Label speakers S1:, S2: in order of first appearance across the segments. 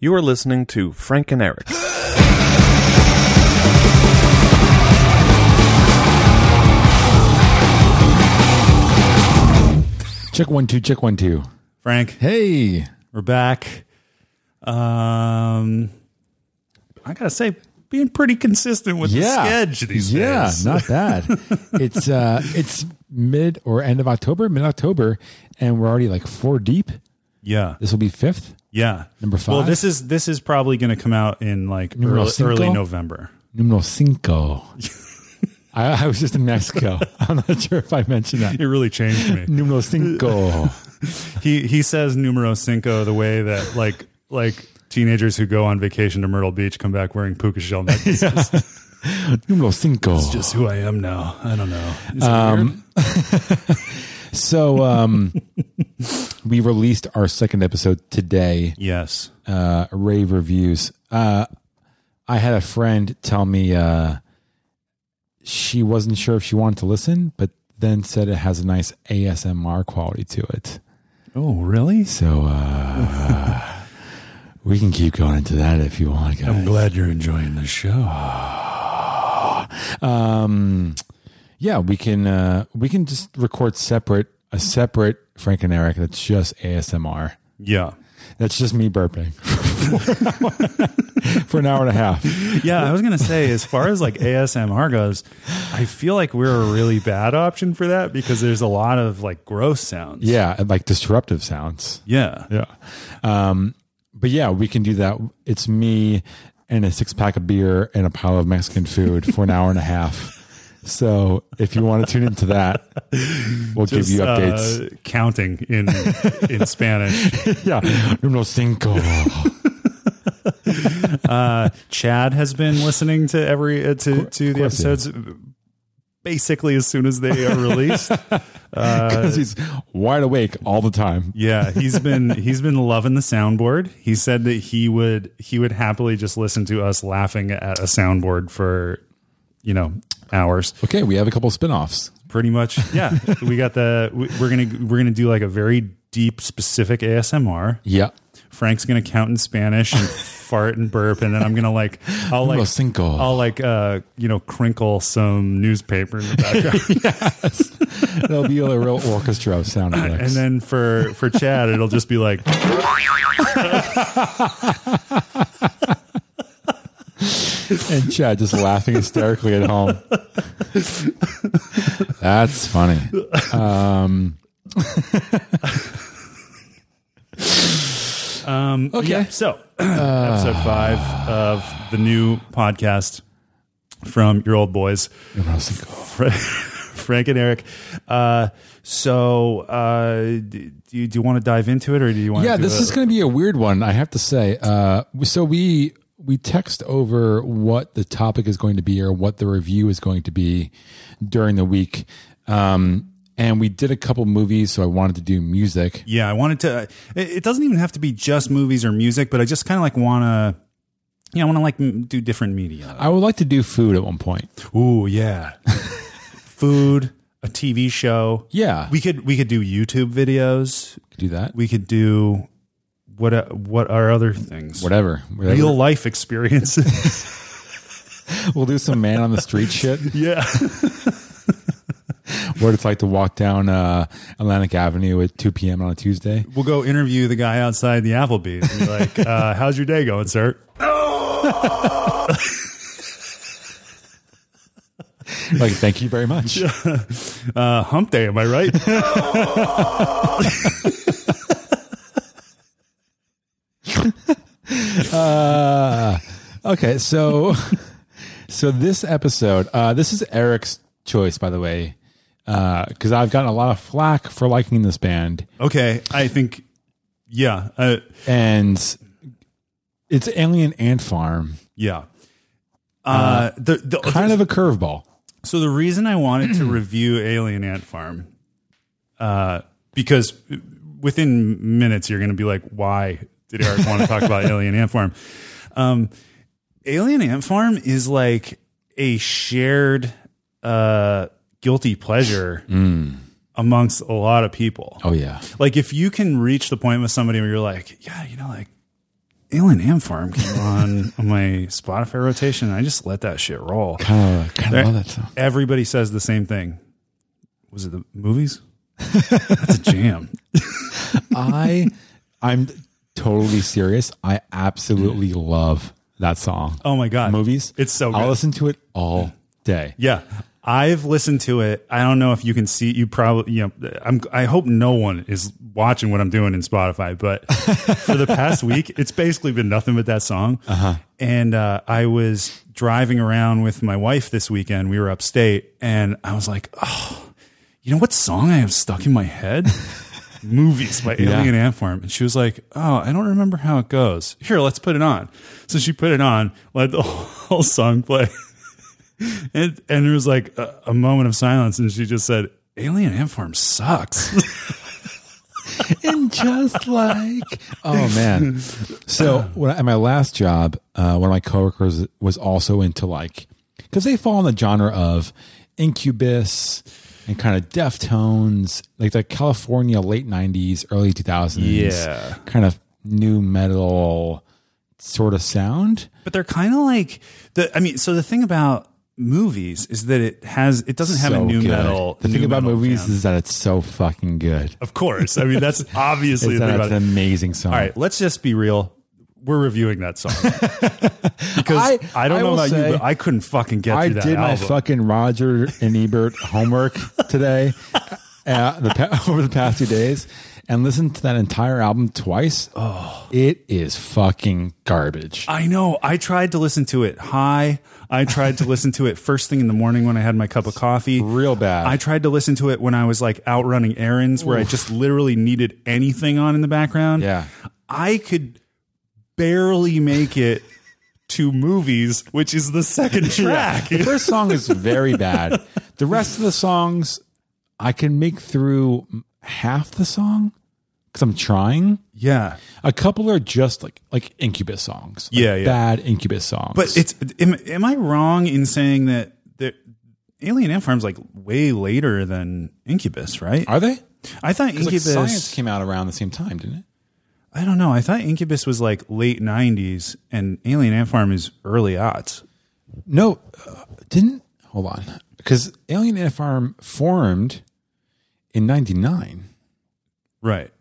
S1: You are listening to Frank and Eric.
S2: Check one two. Check one two.
S3: Frank,
S2: Hey,
S3: we're back. Um, I gotta say, being pretty consistent with
S2: yeah,
S3: the sketch these
S2: yeah,
S3: days.
S2: not bad. it's uh, it's mid or end of October, mid October, and we're already like four deep.
S3: yeah,
S2: This will be fifth
S3: yeah.
S2: Number
S3: Well,
S2: five?
S3: this is this is probably going to come out in like
S2: Numero
S3: early,
S2: cinco?
S3: early November.
S2: numero cinco. I, I was just in Mexico. I'm not sure if I mentioned that.
S3: It really changed me.
S2: Numero cinco.
S3: he he says numero cinco the way that like like teenagers who go on vacation to Myrtle Beach come back wearing puka shell necklaces.
S2: numero cinco.
S3: It's just who I am now. I don't know. Is it weird?
S2: So um, we released our second episode today.
S3: Yes.
S2: uh, rave reviews. Uh, I had a friend tell me uh, she wasn't sure if she wanted to listen, but then said it has a nice ASMR quality to it.
S3: Oh, really?
S2: So uh, we can keep going into that if you want. Guys.
S3: I'm glad you're enjoying the show.
S2: Um, yeah, we can uh, we can just record separate a separate Frank and Eric that's just ASMR.
S3: Yeah.
S2: That's just me burping for an hour and a half.
S3: Yeah, I was gonna say, as far as like ASMR goes, I feel like we're a really bad option for that because there's a lot of like gross sounds.
S2: Yeah, and, like disruptive sounds.
S3: yeah,
S2: Yeah. Um, but yeah, we can do that. It's me and a six pack of beer and a pile of Mexican food for an hour and a half. So if you want to tune into that, we'll
S3: Just,
S2: give you updates.
S3: Uh, counting in in Spanish.
S2: yeah. Numero cinco.
S3: Chad has been listening to every uh, to to the
S2: course he
S3: episodes basically as soon as they are released.
S2: Because he's wide awake all the time.
S3: Yeah, he's been he's been loving the soundboard. He said that he would he would happily just listen to us laughing at a soundboard for you know hours.
S2: Okay, we have a couple spin offs.
S3: Pretty much, yeah. we got the we- we're gonna we're gonna do like a very deep specific ASMR.
S2: Yeah.
S3: Frank's gonna count in Spanish and fart and burp, and then I'm gonna like I'll
S2: Numero
S3: like
S2: cinco.
S3: I'll like uh you know crinkle some newspaper in the background.
S2: It'll be a real orchestra of sound
S3: And
S2: effects.
S3: then for for Chad, it'll just be like,
S2: and Chad just laughing hysterically at home. That's funny. Um, okay.
S3: um,
S2: Uh.
S3: yeah. So episode five of the new podcast from your old boys, Fra- Frank and Eric. Uh, so uh, d- do, you, do you want to dive into it, or do you want?
S2: Yeah,
S3: to
S2: this is going to be a weird one, I have to say. Uh, so we we text over what the topic is going to be or what the review is going to be during the week, um, and we did a couple movies. So I wanted to do music.
S3: Yeah, I wanted to. uh, it, it doesn't even have to be just movies or music, but I just kind of like want to. Yeah, I want to like m- do different media.
S2: I would like to do food at one point.
S3: Ooh, yeah, food, a TV show.
S2: Yeah,
S3: We could we could do YouTube videos.
S2: could do that.
S3: We could do what uh, what are other things?
S2: Whatever. Whatever.
S3: real life experiences.
S2: We'll do some man on the street shit.
S3: yeah.
S2: What it's like to walk down uh, Atlantic Avenue at 2 p.m. on a Tuesday.
S3: We'll go interview the guy outside the Applebee's and be like, uh, how's your day going, sir?
S2: Like, thank you very much.
S3: Uh, hump day, am I right?
S2: Uh, okay, so so this episode, uh, this is Eric's choice, by the way, because I've gotten a lot of flack for liking this band,
S3: okay. I think, yeah. Uh,
S2: and it's Alien Ant Farm,
S3: yeah. Uh, the, the,
S2: kind of a curveball.
S3: so the reason I wanted to review Alien Ant Farm, uh, because within minutes you're going to be like, why did Eric want to talk about Alien Ant Farm? Um, Alien Ant Farm is like a shared uh, guilty pleasure amongst a lot of people.
S2: Oh yeah,
S3: Like if you can reach the point with somebody where you're like, yeah, you know, like Alien Ant Farm came on, on my Spotify rotation. And I just let that shit roll.
S2: Kind of, kind of Oh, love that song.
S3: Everybody says the same thing. Was it the movies? That's a jam.
S2: I, I'm totally serious. I absolutely love that song.
S3: Oh my god,
S2: Movies,
S3: It's so
S2: I'll
S3: good.
S2: listen to it all day.
S3: Yeah. I've listened to it. I don't know if you can see you probably you know I'm I hope no one is watching what I'm doing in Spotify, but for the past week it's basically been nothing but that song. And uh, I was driving around with my wife this weekend. We were upstate and I was like, "Oh, you know what song I have stuck in my head? Movies by Alien Ant Farm. And she was like, Oh, I don't remember how it goes. Here, let's put it on. So she put it on, let the whole song play. And, and there was like a, a moment of silence, and she just said, Alien Ant Farm sucks.
S2: and just like oh man so
S3: Uh.
S2: when, at my last job uh, one of my coworkers was also into like because they fall in the genre of incubus and kind of deftones like the california late 90s early 2000s
S3: Yeah.
S2: kind of new metal sort of sound
S3: but they're kind of like the, I mean, so the thing about movies is that it has, it doesn't have
S2: So
S3: a new
S2: good.
S3: metal.
S2: the thing
S3: nu
S2: about
S3: metal
S2: movies
S3: jam.
S2: is that it's so fucking good
S3: of course, I mean, that's obviously
S2: it's,
S3: the thing
S2: that it's
S3: about it.
S2: an amazing song
S3: All right, let's just be real. We're reviewing that song because I,
S2: I-
S3: don't
S2: I
S3: know
S2: will
S3: about
S2: say-
S3: you, but I couldn't fucking get
S2: I
S3: through that
S2: did my
S3: album.
S2: fucking Roger and Ebert homework today uh, the pa- over the past two days and listened to that entire album twice. Oh, it is fucking garbage.
S3: I know. I tried to listen to it high. I tried to listen to it first thing in the morning when I had my cup of coffee.
S2: Real bad.
S3: I tried to listen to it when I was like out running errands where I just literally needed anything on in the background.
S2: yeah.
S3: I could barely make it to movies, which is the second track.
S2: The first song is very bad. The rest of the songs, I can make through half the song because I'm trying.
S3: yeah.
S2: A couple are just like like Incubus songs. Like
S3: Yeah, yeah.
S2: Bad Incubus songs.
S3: But it's am, am I wrong in saying that the Alien Ant Farm's like way later than Incubus, right?
S2: are they? 'Cause,
S3: I thought
S2: Like
S3: Incubus.
S2: Science came out around the same time, didn't it?
S3: I don't know. I thought Incubus was like late '90s, and Alien Ant Farm is early aughts.
S2: No, uh, didn't hold on because Alien Ant Farm formed in '99.
S3: Right.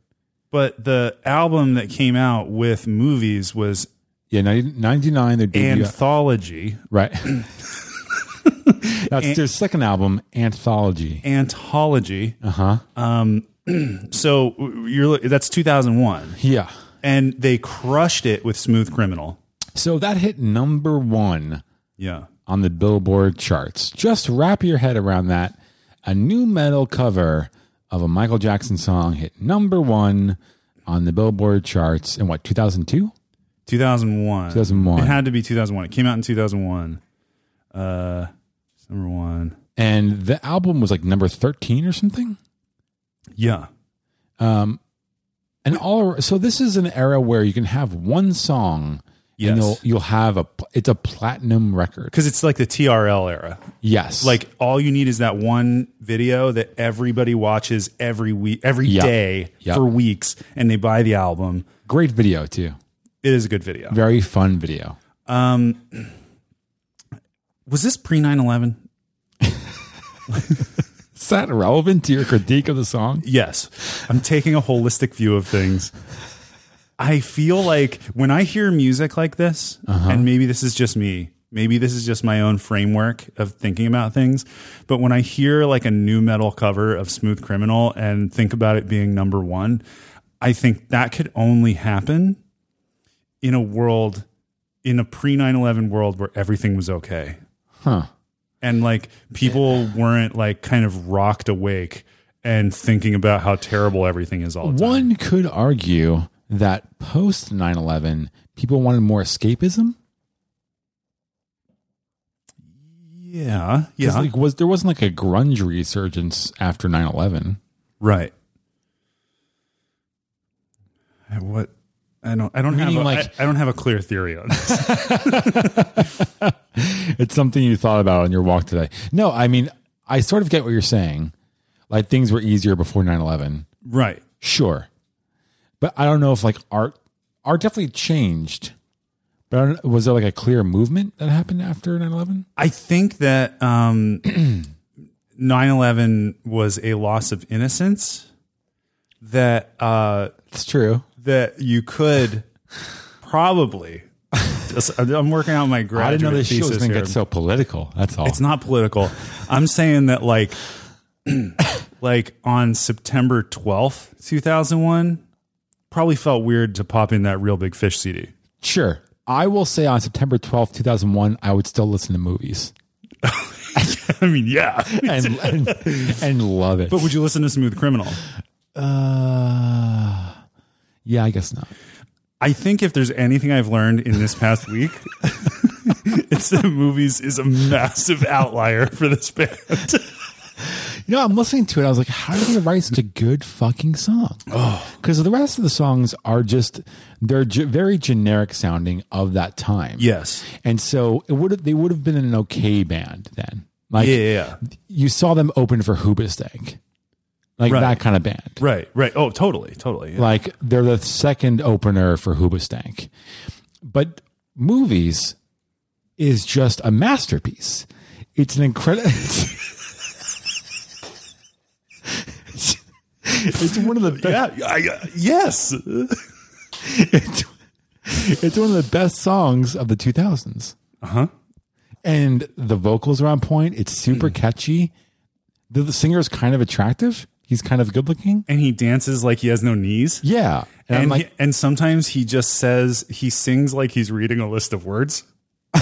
S3: But the album that came out with movies was
S2: Yeah, 90 '99. Their debut,
S3: Anthology.
S2: uh, right? That's their second album, Anthology.
S3: Antology.
S2: Uh huh.
S3: Um, So you're that's 2001,
S2: Yeah.
S3: and they crushed it with Smooth Criminal.
S2: So that hit number one
S3: Yeah.
S2: on the Billboard charts. Just wrap your head around that. A new metal cover of a Michael Jackson song hit number one on the Billboard charts in what 2002?
S3: 2001.
S2: 2001.
S3: It had to be 2001. It came out in 2001. Uh, it's number one.
S2: and the album was like number 13 or something
S3: Yeah.
S2: um and all so this is an era where you can have one song
S3: Yes.
S2: and you'll you'll have a pl- it's a platinum record
S3: Because it's like the TRL era.
S2: yes
S3: Like all you need is that one video that everybody watches every week, every day
S2: Yeah. Yeah.
S3: for weeks, and they buy the album.
S2: great video too
S3: It is a good video.
S2: very fun video
S3: Um, was this pre 9 11?
S2: is that relevant to your critique of the song
S3: Yes. I'm taking a holistic view of things. I feel like when I hear music like this, and maybe this is just me, maybe this is just my own framework of thinking about things, but when I hear like a new metal cover of Smooth Criminal and think about it being number one, I think that could only happen in a world, in a pre 9 11 world where everything was okay
S2: huh
S3: and like people weren't like kind of rocked awake and thinking about how terrible everything is all the time.
S2: one could argue that post 9-11 people wanted more escapism
S3: Yeah,
S2: 'Cause,
S3: yeah,
S2: like was there wasn't like a grunge resurgence after 9-11
S3: right. I- What I don't, I don't have,
S2: Meaning,
S3: a, I-
S2: like-
S3: I, don't have a clear theory on this.
S2: it's something you thought about on your walk today. No, I mean, I sort of get what you're saying. Like things were easier before 9 11.
S3: right?
S2: Sure. But I don't know if like art are definitely changed. But I don't, was there like a clear movement that happened after 9 11?
S3: I think that um, 9/11 was a loss of innocence that uh,
S2: It's true.
S3: that you could probably. Just, I'm working out my graduate
S2: I didn't know this show
S3: thesis
S2: was going to
S3: here.
S2: get so political. That's all.
S3: It's not political. I'm saying that like like on September 12th, 2001, probably felt weird to pop in that real big fish CD.
S2: Sure. I will say on September 12th, 2001, I would still listen to movies
S3: I mean, yeah.
S2: and, and, and love it.
S3: But would you listen to Smooth Criminal?
S2: uh, yeah, I guess not.
S3: I think if there's anything I've learned in this past week, it's that movies is a massive outlier for this band.
S2: You know, I'm listening to it. I was like, how did they write such a good fucking song? Because the rest of the songs are just, they're ge- very generic sounding of that time.
S3: Yes.
S2: And so it would have, they would have been an okay band then. Like
S3: Yeah, yeah, yeah.
S2: you saw them open for Hoobastank, like
S3: Right.
S2: that kind of band.
S3: Right, right. Oh, totally, totally. Yeah.
S2: Like they're the second opener for Hoobastank. But movies is just a masterpiece. It's an incredible It's it's one of the best
S3: Yeah, I, uh, yes.
S2: it's, it's one of the best songs of the 2000s.
S3: Uh-huh.
S2: And the vocals are on point. It's super
S3: Hmm.
S2: catchy. The, the singer is kind of attractive. He's kind of good looking.
S3: And he dances like he has no knees.
S2: Yeah. And, I'm
S3: and,
S2: like,
S3: he- and sometimes he just says he sings like he's reading a list of words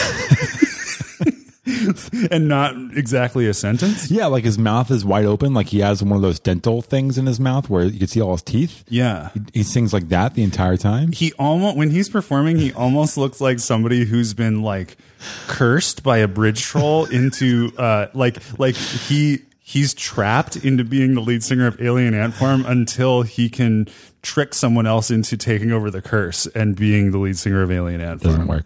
S3: and not exactly a sentence
S2: yeah, like his mouth is wide open. Like he has one of those dental things in his mouth where you can see all his teeth.
S3: yeah
S2: He sings like that the entire time.
S3: he almost when he's performing he almost looks like somebody who's been like cursed by a bridge troll into uh like like he he's trapped into being the lead singer of alien ant farm until he can trick someone else into taking over the curse and being the lead singer of alien ant farm
S2: Doesn't work.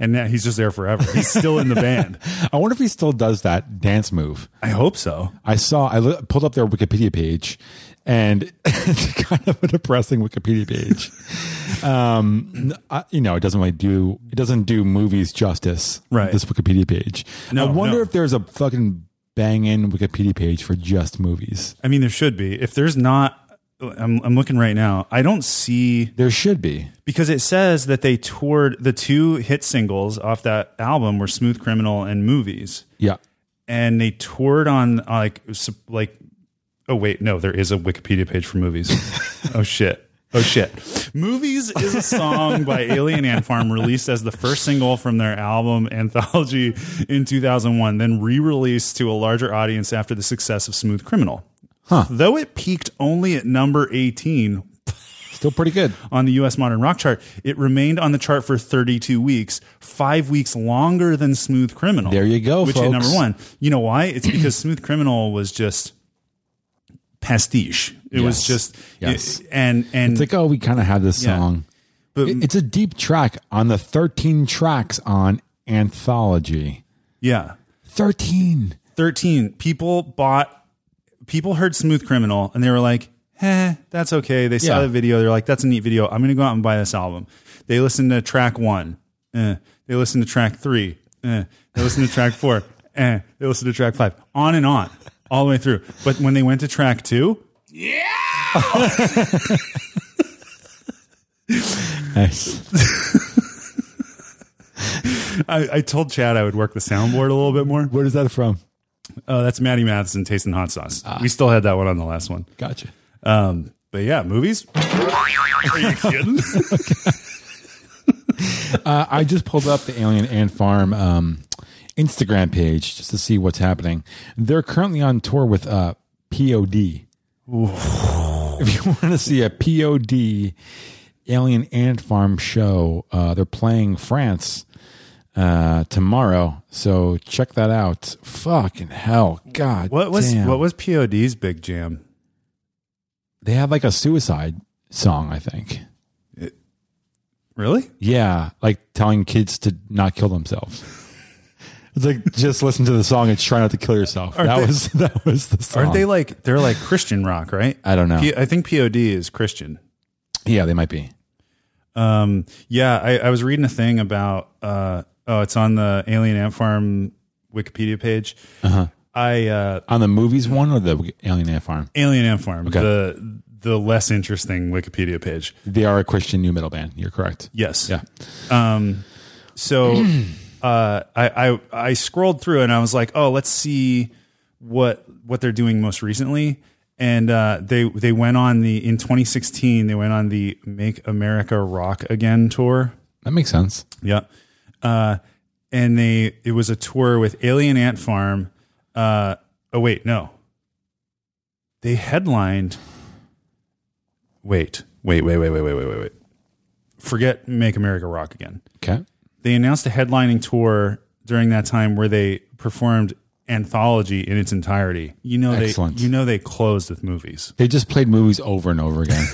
S3: and now he's just there forever he's still in the band
S2: I wonder if he still does that dance move.
S3: i hope so
S2: I saw I lo- pulled up their Wikipedia page, and it's kind of a depressing Wikipedia page. Um, I, you know, it doesn't really do it doesn't do movies justice.
S3: Right.
S2: This Wikipedia page.
S3: No,
S2: I wonder
S3: no.
S2: if there's a fucking banging Wikipedia page for just movies.
S3: I mean, there should be. If there's not, I'm, I'm looking right now. I don't see
S2: There should be.
S3: because it says that they toured the two hit singles off that album were "Smooth Criminal" and "Movies,"
S2: Yeah.
S3: and they toured on like s- like. Oh wait, no, there is a Wikipedia page for movies. oh shit. Oh shit. Movies is a song by Alien Ant Farm released as the first single from their album Anthology in 2001, then re released to a larger audience after the success of Smooth Criminal. Though it peaked only at number 18
S2: Still pretty good.
S3: on the US Modern Rock Chart, it remained on the chart for 32 weeks, five weeks longer than Smooth Criminal.
S2: There you go,
S3: Which is number
S2: folks.
S3: one. You know why? It's because Smooth Criminal was just pastiche. It was
S2: Yes.
S3: just
S2: Yes.
S3: and and
S2: It's like oh, we kind of had this
S3: Yeah.
S2: song.
S3: But-
S2: It- it's a deep track on the thirteen tracks on anthology.
S3: yeah.
S2: Thirteen.
S3: 13 people bought people heard Smooth Criminal and they were like, "Eh, that's okay." They saw
S2: Yeah.
S3: the video, they're like, "That's a neat video. I'm going to go out and buy this album." They listened to track 1. Eh. They listened to track 3. Eh. They listened to track 4. Eh. They listened to track 5. On and on all the way through. But when they went to track 2,
S2: Nice.
S3: I, I told Chad I would work the soundboard a little bit more.
S2: Where is that from?
S3: Oh, that's Maddie Matheson tasting hot sauce.
S2: Ah.
S3: We still had that one on the last one.
S2: Gotcha.
S3: Um, but yeah, movies. Are you kidding?
S2: Uh, I just pulled up the Alien Ant Farm um, Instagram page just to see what's happening. They're currently on tour with uh, POD. If you want to see a POD Alien Ant Farm show, uh, they're playing France uh, tomorrow. So check that out. Fucking hell, God.
S3: What was
S2: damn.
S3: what was POD's big jam?
S2: They had like a suicide song, I think.
S3: Really?
S2: Yeah, like telling kids to not kill themselves. It's like just listen to the song and try not to kill yourself. that
S3: they-
S2: was that was the song.
S3: Aren't they like they're like Christian rock, right?
S2: I don't know.
S3: P- I think POD is Christian.
S2: yeah, they might be.
S3: Um, yeah, I, I was reading a thing about. Uh, oh, it's on the Alien Ant Farm Wikipedia page.
S2: Uh-huh.
S3: I uh,
S2: on the movies one or the Alien Ant Farm?
S3: Alien Ant Farm,
S2: Okay.
S3: the the less interesting Wikipedia page.
S2: They are a Christian new metal band. You're correct.
S3: Yes.
S2: Yeah.
S3: Um, so uh, I, I I scrolled through and I was like, oh, let's see what what they're doing most recently. And uh, they they went on the in 2016 they went on the Make America Rock Again tour.
S2: That makes sense.
S3: Yeah. Uh, and they it was a tour with Alien Ant Farm. Uh, oh wait, no. They headlined. Wait, wait, wait, wait, wait, wait, wait, wait, wait. Forget Make America Rock Again.
S2: Okay.
S3: They announced a headlining tour during that time where they performed anthology in its entirety. You know
S2: Excellent.
S3: they you know they closed with movies.
S2: They just played movies over and over again.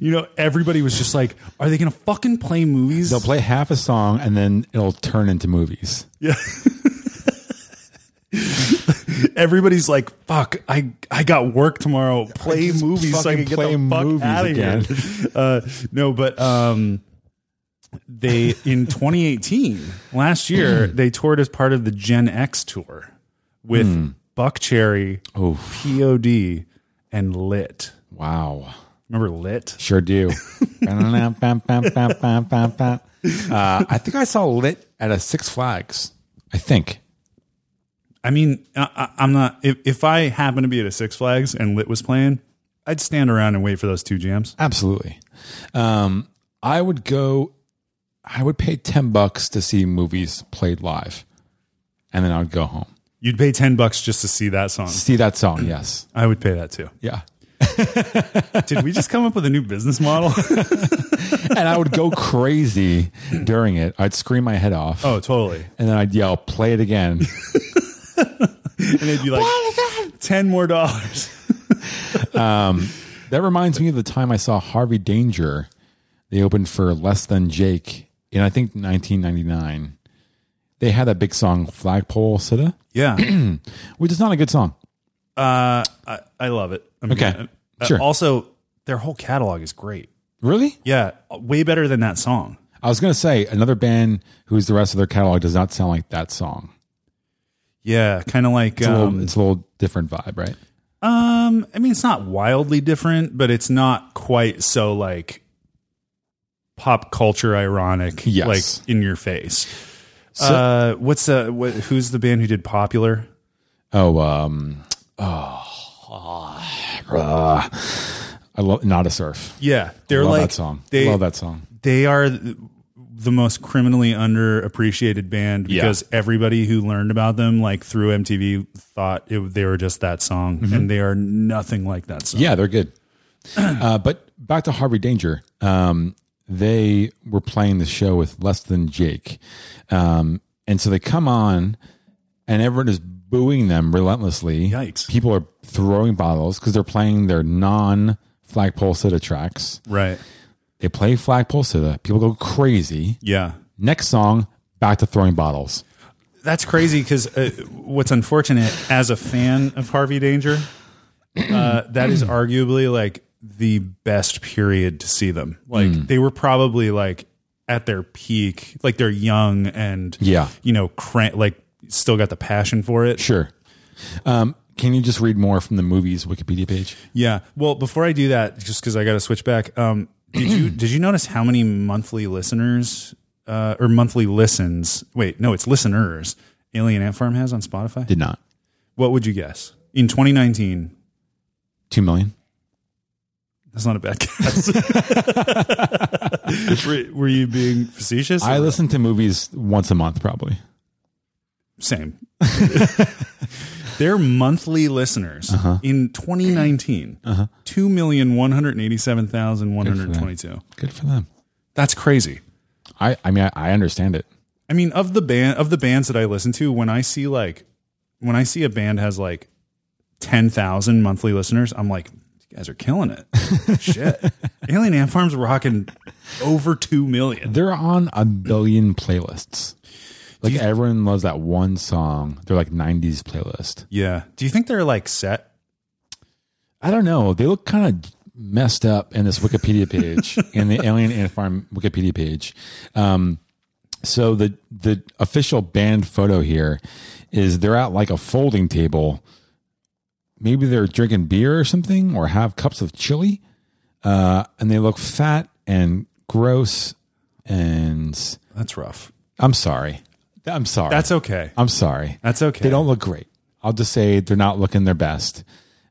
S3: You know everybody was just like, are they going to fucking play movies?
S2: They'll play half a song and then it'll turn into movies.
S3: Yeah. Everybody's like, "Fuck! I I got work tomorrow. Play
S2: just
S3: movies so I
S2: fucking
S3: can get
S2: play
S3: the fuck
S2: movies
S3: out of
S2: again.
S3: here." Uh, no, but um, they in 2018, last year,
S2: Hmm.
S3: they toured as part of the Gen X tour with
S2: Hmm.
S3: Buck Cherry, POD, and Lit.
S2: Wow.
S3: Remember Lit?
S2: Sure do. uh, I think I saw Lit at a Six Flags. I think.
S3: I mean, I, I, I'm not. If, if I happened to be at a Six Flags and Lit was playing, I'd stand around and wait for those two jams.
S2: Absolutely. Um, I would go, I would pay 10 bucks to see movies played live. And then I would go home.
S3: You'd pay 10 bucks just to see that song.
S2: See that song. Yes.
S3: I would pay that too.
S2: Yeah.
S3: Did we just come up with a new business model?
S2: And I would go crazy during it. I'd scream my head off.
S3: oh, totally.
S2: And then I'd yell, play it again.
S3: And they'd be like, 10 more dollars.
S2: That reminds me of the time I saw Harvey Danger. They opened for Less Than Jake in I think 1999. They had that big song Flagpole Sitta,
S3: Yeah.
S2: which is not a good song.
S3: Uh, I, I love it. I'm
S2: Okay.
S3: gonna- uh,
S2: Sure.
S3: Also, their whole catalog is great.
S2: Really?
S3: Yeah. Way better than that song.
S2: I was going to say another band whose the rest of their catalog does not sound like that song.
S3: Yeah. Kind of like,
S2: It's, a
S3: um,
S2: little, it's a little different vibe, right?
S3: um, I mean, it's not wildly different, but it's not quite so like pop culture ironic,
S2: Yes.
S3: like in your face. uh, what's uh, what, who's the band who did Popular?
S2: Oh, um, oh, ah, I love Not a Surf.
S3: Yeah, they're
S2: love
S3: like
S2: that song.
S3: They
S2: love that song.
S3: they are th- the most criminally underappreciated band
S2: Yeah.
S3: because everybody who learned about them like through MTV thought it, they were just that song, and they are nothing like that song.
S2: Mm-hmm. Yeah, they're good. uh, but back to Harvey Danger. Um, they were playing the show with Less Than Jake. Um, and so they come on, and everyone is booing them relentlessly.
S3: Yikes.
S2: People are throwing bottles because they're playing their non flagpole sitta tracks.
S3: Right?
S2: They play flagpole sitta. People go crazy.
S3: Yeah,
S2: Next song, back to throwing bottles.
S3: that's crazy because uh, what's unfortunate as a fan of Harvey Danger, uh, that is arguably like the best period to see them. Like
S2: Mm.
S3: they were probably like at their peak, like they're young and
S2: Yeah.
S3: you know, crank, like still got the passion for it.
S2: Sure. Um, can you just read more from the movie's Wikipedia page?
S3: Yeah. Well, before I do that, just because I got to switch back, um, did you did you notice how many monthly listeners uh, or monthly listens? Wait, no, it's listeners. Alien Ant Farm has on Spotify.
S2: Did not.
S3: What would you guess in 2019?
S2: Two million?
S3: That's not a bad guess. were, were you being facetious?
S2: I listen to movies once a month, probably.
S3: Same. Their monthly listeners
S2: Uh-huh.
S3: in 2019, uh 2,187,122.
S2: Good for them.
S3: That's crazy.
S2: I, I mean, I, I understand it.
S3: I mean, of the band of the bands that I listen to, when I see like when I see a band has like ten thousand monthly listeners, I'm like, you guys are killing it. Shit. Alien Ant Farm's rocking over two million.
S2: They're on a billion playlists. Like everyone loves that one song. They're like '90s playlist.
S3: Yeah. Do you think they're like set?
S2: I don't know. They look kind of messed up in this Wikipedia page in the Alien Ant Farm Wikipedia page. Um, so the the official band photo here is they're at like a folding table. Maybe they're drinking beer or something, or have cups of chili, uh, and they look fat and gross. And
S3: That's rough.
S2: I'm sorry. I'm sorry.
S3: That's okay.
S2: I'm sorry.
S3: That's okay.
S2: They don't look great. I'll just say they're not looking their best.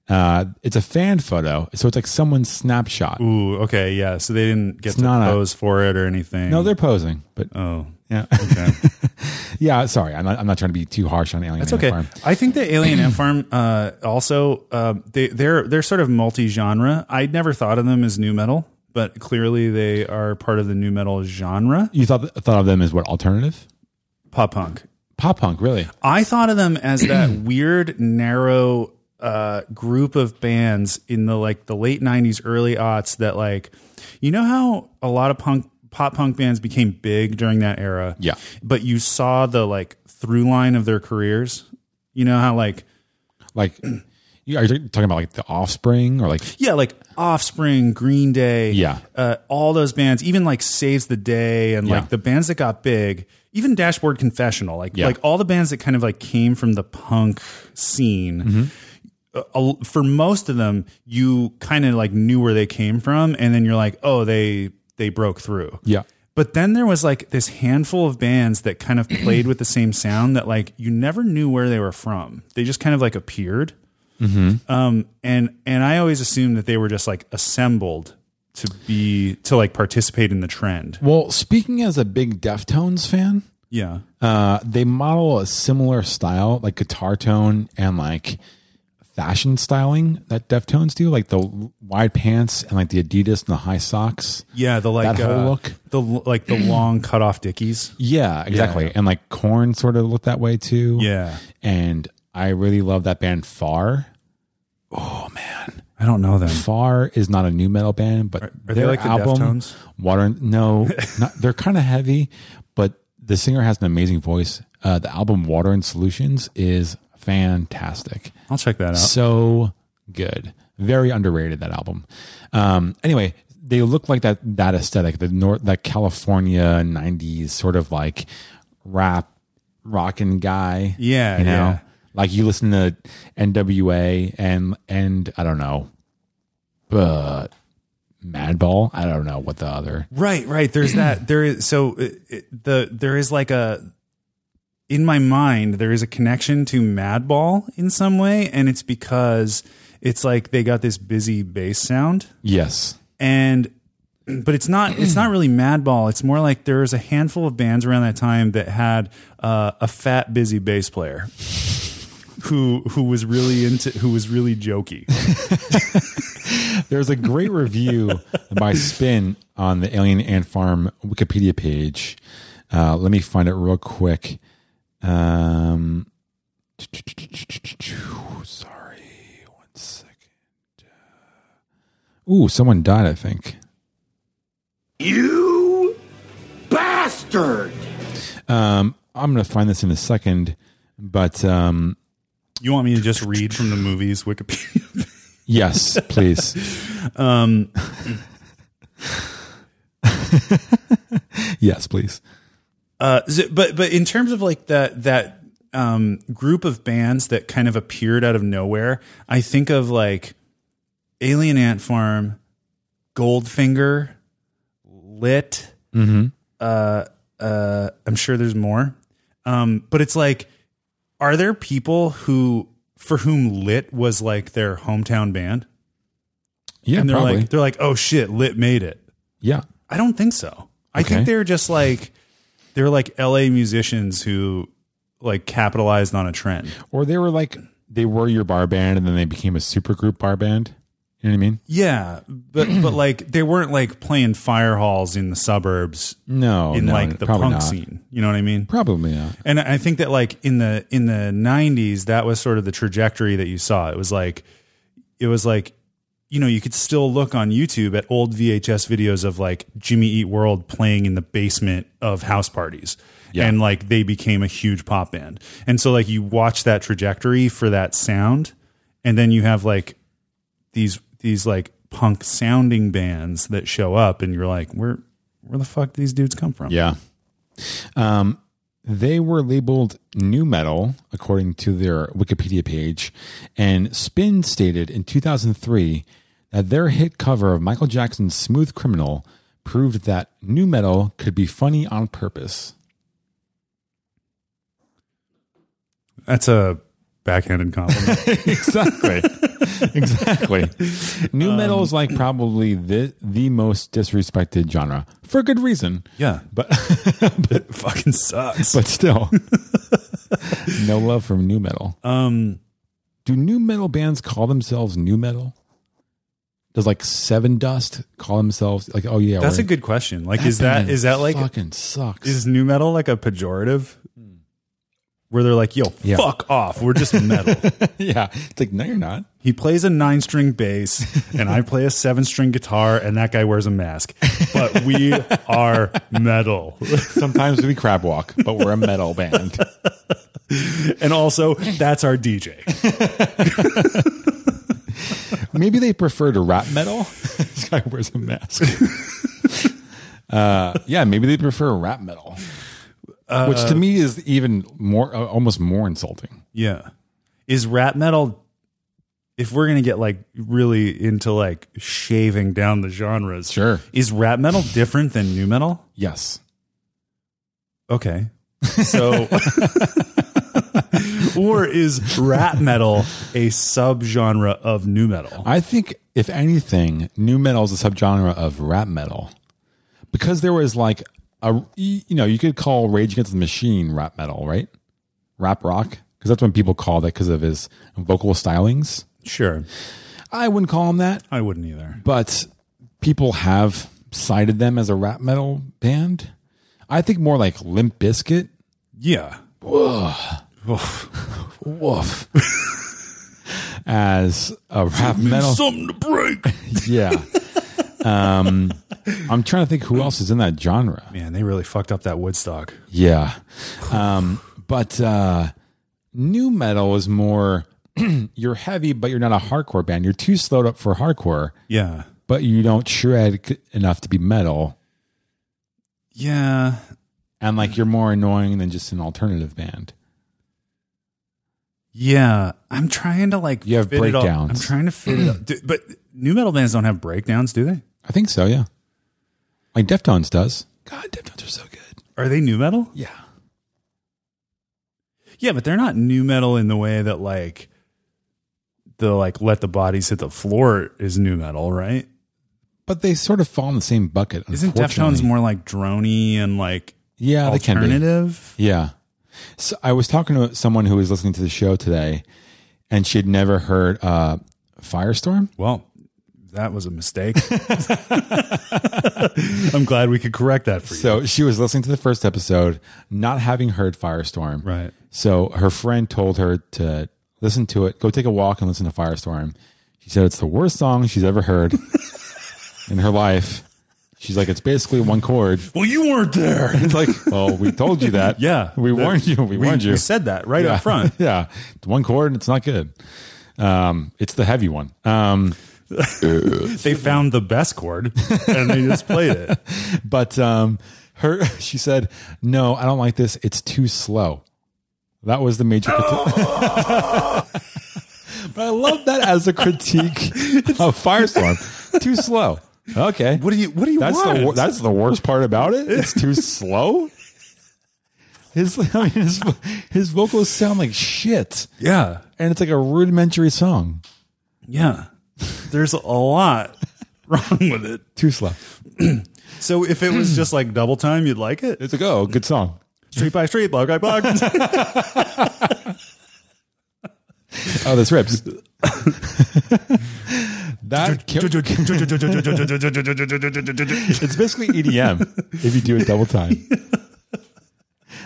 S2: Uh, it's a fan photo, so it's like someone's snapshot.
S3: Ooh, okay, yeah. So they didn't get to
S2: not a-
S3: pose for it or anything.
S2: No, they're posing, but
S3: Oh,
S2: yeah,
S3: okay.
S2: yeah. Sorry, I'm not. I'm not trying to be too harsh on Alien.
S3: That's okay.
S2: Farm.
S3: I think the Alien Ant Farm uh, also uh, they they're they're sort of multi-genre. I'd never thought of them as new metal, but clearly they are part of the new metal genre,
S2: You thought thought of them as what alternative
S3: pop punk.
S2: pop punk? Really?
S3: I thought of them as that weird narrow uh, group of bands in the like the late '90s, early aughts. That like, you know how a lot of punk pop punk bands became big during that era.
S2: Yeah.
S3: but you saw the like through line of their careers. You know how like
S2: Like, you- are you talking about like the Offspring or like?
S3: yeah, like Offspring, Green Day,
S2: Yeah.
S3: uh, all those bands, even like Saves the Day and
S2: Yeah.
S3: like the bands that got big, even Dashboard Confessional, like
S2: Yeah.
S3: like all the bands that kind of like came from the punk scene.
S2: Mm-hmm.
S3: uh, al- For most of them, you kind of like knew where they came from, and then you're like, oh, they they broke through.
S2: Yeah.
S3: But then there was like this handful of bands that kind of played with the same sound that like you never knew where they were from. They just kind of like appeared.
S2: Mm-hmm.
S3: Um, and and I always assumed that they were just like assembled to be to like participate in the trend.
S2: Well, speaking as a big Deftones fan,
S3: Yeah.
S2: uh, they model a similar style, like guitar tone and like fashion styling that Deftones do, like the wide pants and like the Adidas and the high socks.
S3: Yeah, the like
S2: That whole
S3: uh,
S2: look?
S3: the l- like the long cut off dickies.
S2: Yeah, exactly. And like Corn sort of looked that way too.
S3: Yeah.
S2: And I really love that band Far.
S3: I don't know them.
S2: Far is not a new metal band, but
S3: are they
S2: their
S3: like the
S2: album
S3: Deftones?
S2: Water No, not, they're kind of heavy, but the singer has an amazing voice. Uh, the album Water and Solutions is fantastic.
S3: I'll check that out.
S2: so good very underrated that album um anyway they look like that that aesthetic the north that california 90s sort of like rap rockin' guy
S3: Yeah,
S2: you know
S3: yeah.
S2: like you listen to nwa and and i don't know but madball i don't know what the other
S3: Right, right. There's that. There is so it, it, the there is like a in my mind there is a connection to Madball in some way, and it's because it's like they got this busy bass sound,
S2: yes
S3: and but it's not it's not really Madball. It's more like there was a handful of bands around that time that had uh, a fat busy bass player. Who who was really into who was really jokey?
S2: There's a great review by Spin on the Alien Ant Farm Wikipedia page. Uh, let me find it real quick. Um, sorry, one second. Ooh, someone died, I think.
S4: You bastard!
S2: Um, I'm going to find this in a second, but um,
S3: You want me to just read from the movies Wikipedia?
S2: yes, please.
S3: Um,
S2: yes, please.
S3: Uh, z- but but in terms of like that that um, group of bands that kind of appeared out of nowhere, I think of like Alien Ant Farm, Goldfinger, Lit. Uh, uh, I'm sure there's more, um, but it's like, are there people who for whom Lit was like their hometown band,
S2: Yeah,
S3: and they're
S2: probably.
S3: like they're like, oh shit, Lit made it.
S2: yeah.
S3: I don't think so. I
S2: Okay.
S3: think they're just like they're like LA musicians who like capitalized on a trend.
S2: Or they were like, they were your bar band and then they became a super group bar band. You know what I mean?
S3: Yeah, but but like they weren't like playing fire halls in the suburbs
S2: No,
S3: in
S2: Oh, no,
S3: like the
S2: probably
S3: punk
S2: not.
S3: scene. You know what I mean?
S2: Probably not.
S3: And I think that like in the in the 90s that was sort of the trajectory that you saw. It was like it was like you know, you could still look on YouTube at old VHS videos of like Jimmy Eat World playing in the basement of house parties.
S2: Yeah.
S3: And like they became a huge pop band. And so like you watch that trajectory for that sound and then you have like these these like punk sounding bands that show up, and you're like, where where the fuck did these dudes come from?
S2: Yeah. Um, they were labeled new metal according to their Wikipedia page, and Spin stated in 2003 that their hit cover of Michael Jackson's "Smooth Criminal" proved that new metal could be funny on purpose.
S3: That's a backhanded compliment.
S2: exactly. exactly.
S3: Um,
S2: New metal is like probably the the most disrespected genre for good reason,
S3: yeah,
S2: but
S3: it fucking sucks.
S2: but still, no love for new metal.
S3: um,
S2: Do new metal bands call themselves new metal? Does like Seven Dust call themselves like? Oh yeah,
S3: that's a
S2: we're-
S3: good question. Like, is that
S2: band
S3: is that like
S2: fucking sucks?
S3: is new metal like a pejorative? Where they're like, yo,
S2: Yeah.
S3: fuck off. We're just metal.
S2: yeah, it's like no, you're not.
S3: He plays a nine string bass and I play a seven string guitar and that guy wears a mask. But we are metal.
S2: Sometimes we crab walk, but we're a metal band.
S3: And also, that's our DJ.
S2: Maybe they prefer to rap metal. this guy wears a mask. uh, yeah, maybe they prefer rap metal, which to me is even more, uh, almost more insulting.
S3: Yeah. Is rap metal if we're going to get like really into like shaving down the genres.
S2: Sure.
S3: Is rap metal different than new metal?
S2: Yes.
S3: Okay. So or is rap metal a subgenre of new metal?
S2: I think, if anything, new metal is a subgenre of rap metal because there was like a, you know, you could call Rage Against the Machine rap metal, right? Rap rock, because that's when people called it because of his vocal stylings.
S3: Sure.
S2: I wouldn't call him that,
S3: I wouldn't either.
S2: but people have cited them as a rap metal band. I think more like Limp Bizkit.
S3: Yeah.
S2: Woof. as a rap metal
S3: Something to break.
S2: Yeah. um, I'm trying to think who else is in that genre.
S3: Man, they really fucked up that Woodstock.
S2: Yeah. Um, but uh, new metal is more you're heavy, but you're not a hardcore band. You're too slowed up for hardcore,
S3: Yeah.
S2: but you don't shred c- enough to be metal.
S3: Yeah.
S2: And like you're more annoying than just an alternative band.
S3: Yeah. I'm trying to like
S2: You have
S3: fit it all-
S2: breakdowns.
S3: I'm trying to fit it up. Do- But new metal bands don't have breakdowns, do they?
S2: I think so, yeah. Like Deftones does. God, Deftones are so good.
S3: Are they new metal?
S2: Yeah.
S3: Yeah, but they're not new metal in the way that like the like let the bodies hit the floor is new metal, right?
S2: But they sort of fall in the same bucket.
S3: Isn't
S2: unfortunately.
S3: Deftones more like droney and like Oh,
S2: yeah, they can be.
S3: alternative?
S2: Yeah. So I was talking to someone who was listening to the show today, and she'd never heard uh, Firestorm.
S3: Well, that was a mistake. I'm glad we could correct that for you.
S2: So she was listening to the first episode, not having heard Firestorm.
S3: Right.
S2: So her friend told her to listen to it, go take a walk and listen to Firestorm. She said it's the worst song she's ever heard in her life. She's like, it's basically one chord.
S3: Well, you weren't there.
S2: It's like, well, we told you that.
S3: Yeah.
S2: We
S3: That-
S2: warned you. We, warned you.
S3: We said that right
S2: yeah.
S3: up front.
S2: yeah. It's one chord and it's not good. Um, it's the heavy one. Um,
S3: They found the best chord and they just played it.
S2: but um, her she said, "No, I don't like this. It's too slow." That was the major critique. but I love that as a critique of Firestorm. Too slow. Okay.
S3: What do you what do you
S2: that's the wor-
S3: want?
S2: that's the worst part about it. It's too slow. His, I mean, his his vocals sound like shit,
S3: yeah.
S2: and it's like a rudimentary song.
S3: Yeah. There's a lot wrong with it.
S2: Too slow.
S3: So if it was just like double time, you'd like it.
S2: It's like oh, good song.
S3: Street by street, block by block.
S2: Oh, this rips. that It's basically EDM if you do it double time.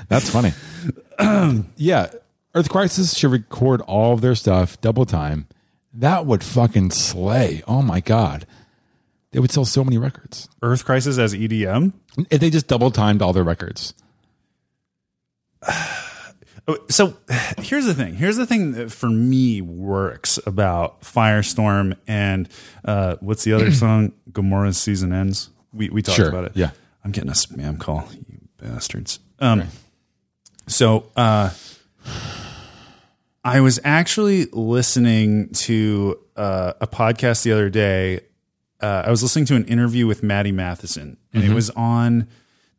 S2: That's funny. yeah. Earth Crisis should record all of their stuff double time. That would fucking slay. Oh my God. They would sell so many records.
S3: Earth Crisis as E EDM.
S2: If they just double timed all their records.
S3: Oh, So here's the thing. Here's the thing that for me works about Firestorm and uh, what's the other song? Gamora's season ends. We we talked
S2: Sure,
S3: about it.
S2: yeah.
S3: I'm getting a spam call, you bastards. Um, so uh, I was actually listening to uh, a podcast the other day. Uh, I was listening to an interview with Maddie Matheson, and it was on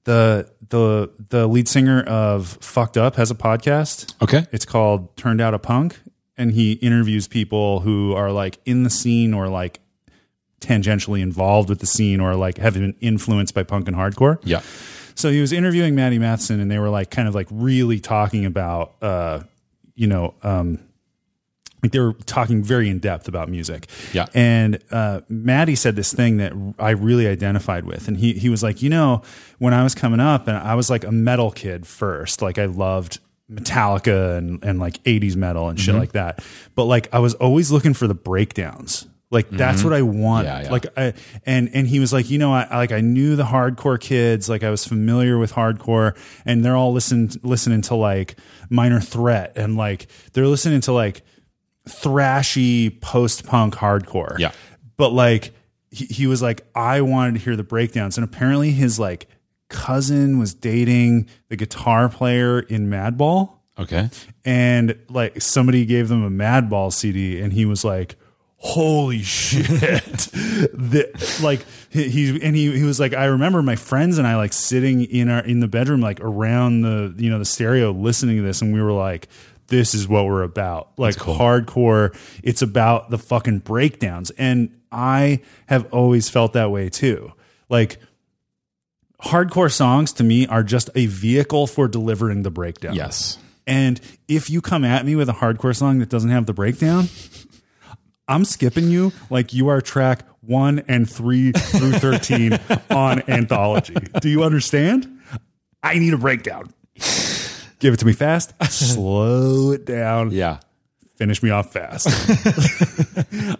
S3: the the the lead singer of Fucked Up has a podcast.
S2: Okay.
S3: It's called Turned Out a Punk, and he interviews people who are like in the scene or like tangentially involved with the scene or like have been influenced by punk and hardcore.
S2: Yeah.
S3: So he was interviewing Maddie Matheson, and they were like kind of like really talking about, uh, you know, um, like they were talking very in depth about music.
S2: Yeah.
S3: And uh, Maddie said this thing that I really identified with, and he he was like, you know, when I was coming up, and I was like a metal kid first, like I loved. Metallica and, and like 80s metal and shit like that. But like I was always looking for the breakdowns. Like that's what I want.
S2: Yeah, yeah.
S3: Like I, and and he was like, you know, I I- like I knew the hardcore kids, like I was familiar with hardcore, and they're all listening listening to like Minor Threat, and like they're listening to like thrashy post punk hardcore.
S2: Yeah.
S3: but like he, he was like, I wanted to hear the breakdowns, and apparently his like cousin was dating the guitar player in Madball
S2: Okay.
S3: and like somebody gave them a Madball CD, and he was like, "Holy shit!" the, like he- he and he he was like, "I remember my friends and I like sitting in our in the bedroom, like around the you know the stereo, listening to this, and we were like." This is what we're about. Like hardcore, it's about the fucking breakdowns. And I have always felt that way too. Like hardcore songs to me are just a vehicle for delivering the breakdown.
S2: Yes.
S3: And if you come at me with a hardcore song that doesn't have the breakdown, I'm skipping you like you are track one and three through 13 on Anthology. Do you understand? I need a breakdown. Give it to me fast, slow it down,
S2: Yeah.
S3: finish me off fast.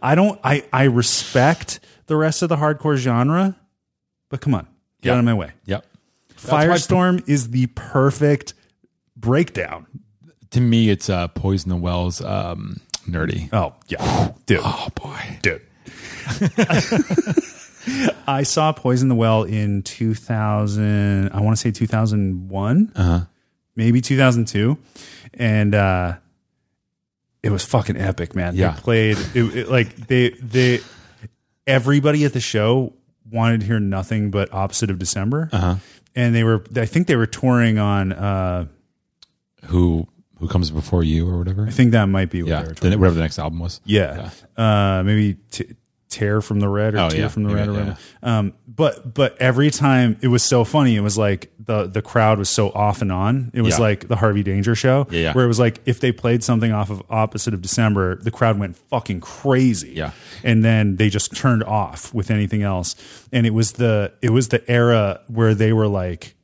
S3: I don't, I, I respect the rest of the hardcore genre, but come on, get out of my way.
S2: Yep.
S3: Firestorm is the perfect breakdown.
S2: To me, it's uh, Poison the Well's um, nerdy.
S3: Oh yeah, dude,
S2: Oh boy.
S3: dude. I saw Poison the Well in 2000. I want to say 2001,
S2: Uh-huh.
S3: maybe 2002, and uh, it was fucking epic, man.
S2: Yeah.
S3: They played it, it- like they they everybody at the show wanted to hear nothing but opposite of December,
S2: Uh-huh.
S3: and they were I think they were touring on. Uh,
S2: Who who comes before you or whatever?
S3: I think that might be what
S2: Yeah.
S3: they were touring.
S2: The- whatever the next album was.
S3: Yeah. Uh, maybe t- tear from the red or
S2: Oh,
S3: tear
S2: yeah.
S3: from the
S2: Yeah,
S3: red or
S2: yeah.
S3: whatever. Um, but but every time it was so funny. It was like the the crowd was so off and on. It was
S2: Yeah.
S3: like the Harvey Danger show
S2: Yeah, yeah.
S3: where it was like if they played something off of opposite of December, the crowd went fucking crazy.
S2: Yeah.
S3: And then they just turned off with anything else. And it was the it was the era where they were like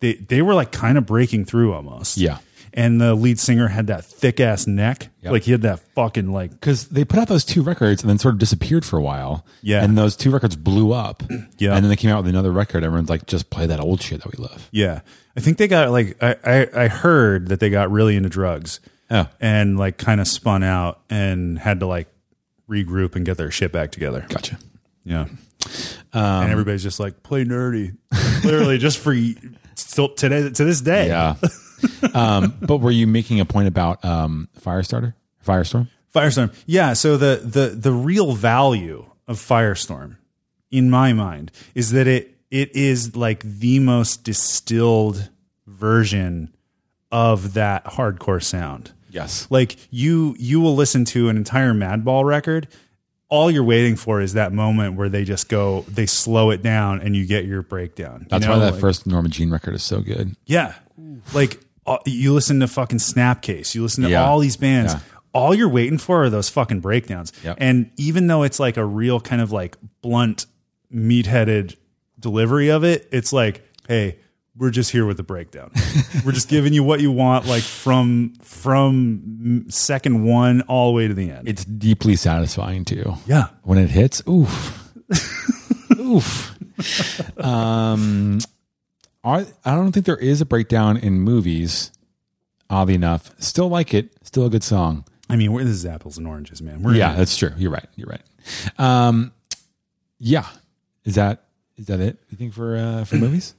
S3: they they were like kind of breaking through almost.
S2: Yeah.
S3: And the lead singer had that thick ass neck.
S2: Yep.
S3: Like he had that fucking like
S2: because they put out those two records and then sort of disappeared for a while.
S3: Yeah.
S2: and those two records blew up.
S3: Yeah.
S2: and then they came out with another record. Everyone's like, just play that old shit that we love.
S3: Yeah, I think they got like I I, I heard that they got really into drugs
S2: Oh.
S3: and like kind of spun out and had to like regroup and get their shit back together.
S2: Gotcha. Um,
S3: Yeah, and everybody's just like play nerdy, literally just for still today to this day.
S2: Yeah. um, but were you making a point about um, Firestarter, Firestorm?
S3: Firestorm. Yeah, so the the the real value of Firestorm in my mind is that it it is like the most distilled version of that hardcore sound.
S2: Yes.
S3: Like you you will listen to an entire Madball record. All you're waiting for is that moment where they just go, they slow it down, and you get your breakdown. You
S2: That's
S3: know,
S2: why that
S3: like-
S2: first Norma Jean record is so good.
S3: yeah. Like uh, you listen to fucking Snapcase, you listen to
S2: Yeah.
S3: all these bands.
S2: Yeah.
S3: All you're waiting for are those fucking breakdowns.
S2: Yep.
S3: And even though it's like a real kind of like blunt, meat-headed delivery of it, it's like, hey, we're just here with the breakdown. we're just giving you what you want, like from from second one all the way to the end.
S2: It's deeply satisfying too.
S3: yeah.
S2: when it hits, oof, oof. Um, I I don't think there is a breakdown in movies. oddly enough. Still like it. Still a good song.
S3: I mean, we're, this is apples and oranges, man. We're
S2: Yeah, that's true. You're right. You're right. Um, yeah. Is that is that it? You think for uh, for movies?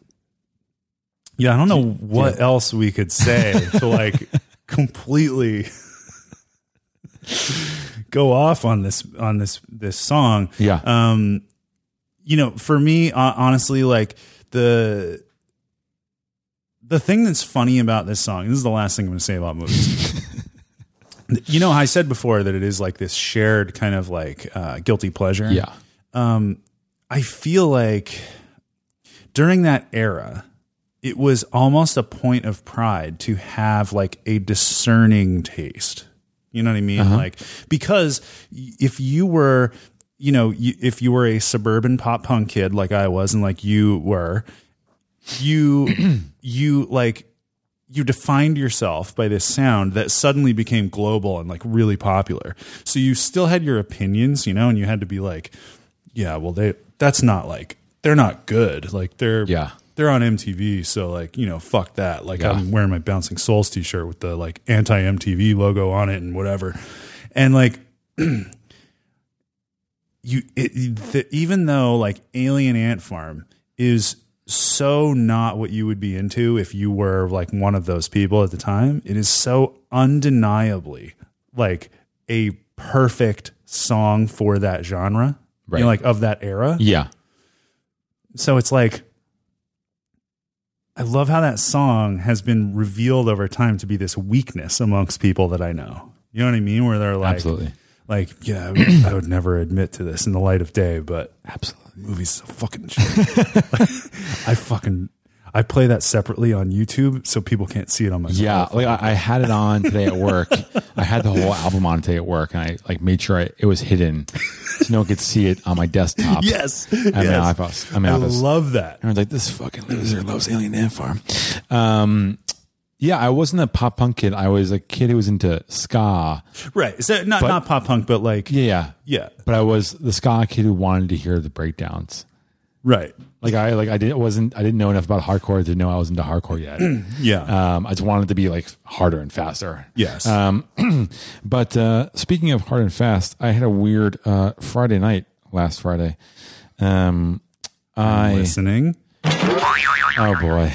S3: yeah. I don't know what else we could say to like completely go off on this on this this song.
S2: Yeah.
S3: Um, you know, for me, hon- honestly, like the the thing that's funny about this song. This is the last thing I'm going to say about movies. you know, I said before that it is like this shared kind of like uh, guilty pleasure.
S2: yeah.
S3: um, I feel like during that era, it was almost a point of pride to have like a discerning taste. You know what I mean? Like because y- if you were, you know, you, if you were a suburban pop punk kid like I was, and like you were, you you like you defined yourself by this sound that suddenly became global and like really popular. So you still had your opinions, you know, and you had to be like, yeah, well they that's not like they're not good. Like they're
S2: Yeah.
S3: They're on MTV, so like, you know, fuck that. Like
S2: Yeah.
S3: I'm wearing my Bouncing Souls t-shirt with the like anti-MTV logo on it and whatever. And like you it, the, even though like alien ant farm is so not what you would be into if you were like one of those people at the time it is so undeniably like a perfect song for that genre right
S2: Right.
S3: like of that era
S2: Yeah.
S3: so it's like i love how that song has been revealed over time to be this weakness amongst people that i know you know what i mean where they're like
S2: Absolutely.
S3: like yeah I would, I would never admit to this in the light of day but
S2: Absolutely.
S3: movies a fucking shit. I fucking I play that separately on YouTube so people can't see it on my
S2: Yeah, like I, I had it on today at work. I had the whole album on today at work, and I like made sure I, it was hidden so no one could see it on my desktop.
S3: Yes.
S2: I'm in
S3: yes.
S2: office. I'm in
S3: I
S2: office.
S3: love that.
S2: Everyone's like, this fucking loser loves Alien Ant Farm. Um, yeah, I wasn't a pop punk kid. I was a kid who was into ska.
S3: Right. So not not pop punk but like
S2: Yeah, yeah,
S3: yeah.
S2: But I was the ska kid who wanted to hear the breakdowns.
S3: Right.
S2: Like I like I didn't wasn't I didn't know enough about hardcore to know I was into hardcore yet.
S3: Yeah.
S2: um, I just wanted it to be like harder and faster.
S3: yes.
S2: Um, but uh, speaking of hard and fast, I had a weird uh, Friday night last Friday. Um, I
S3: Listening.
S2: oh boy,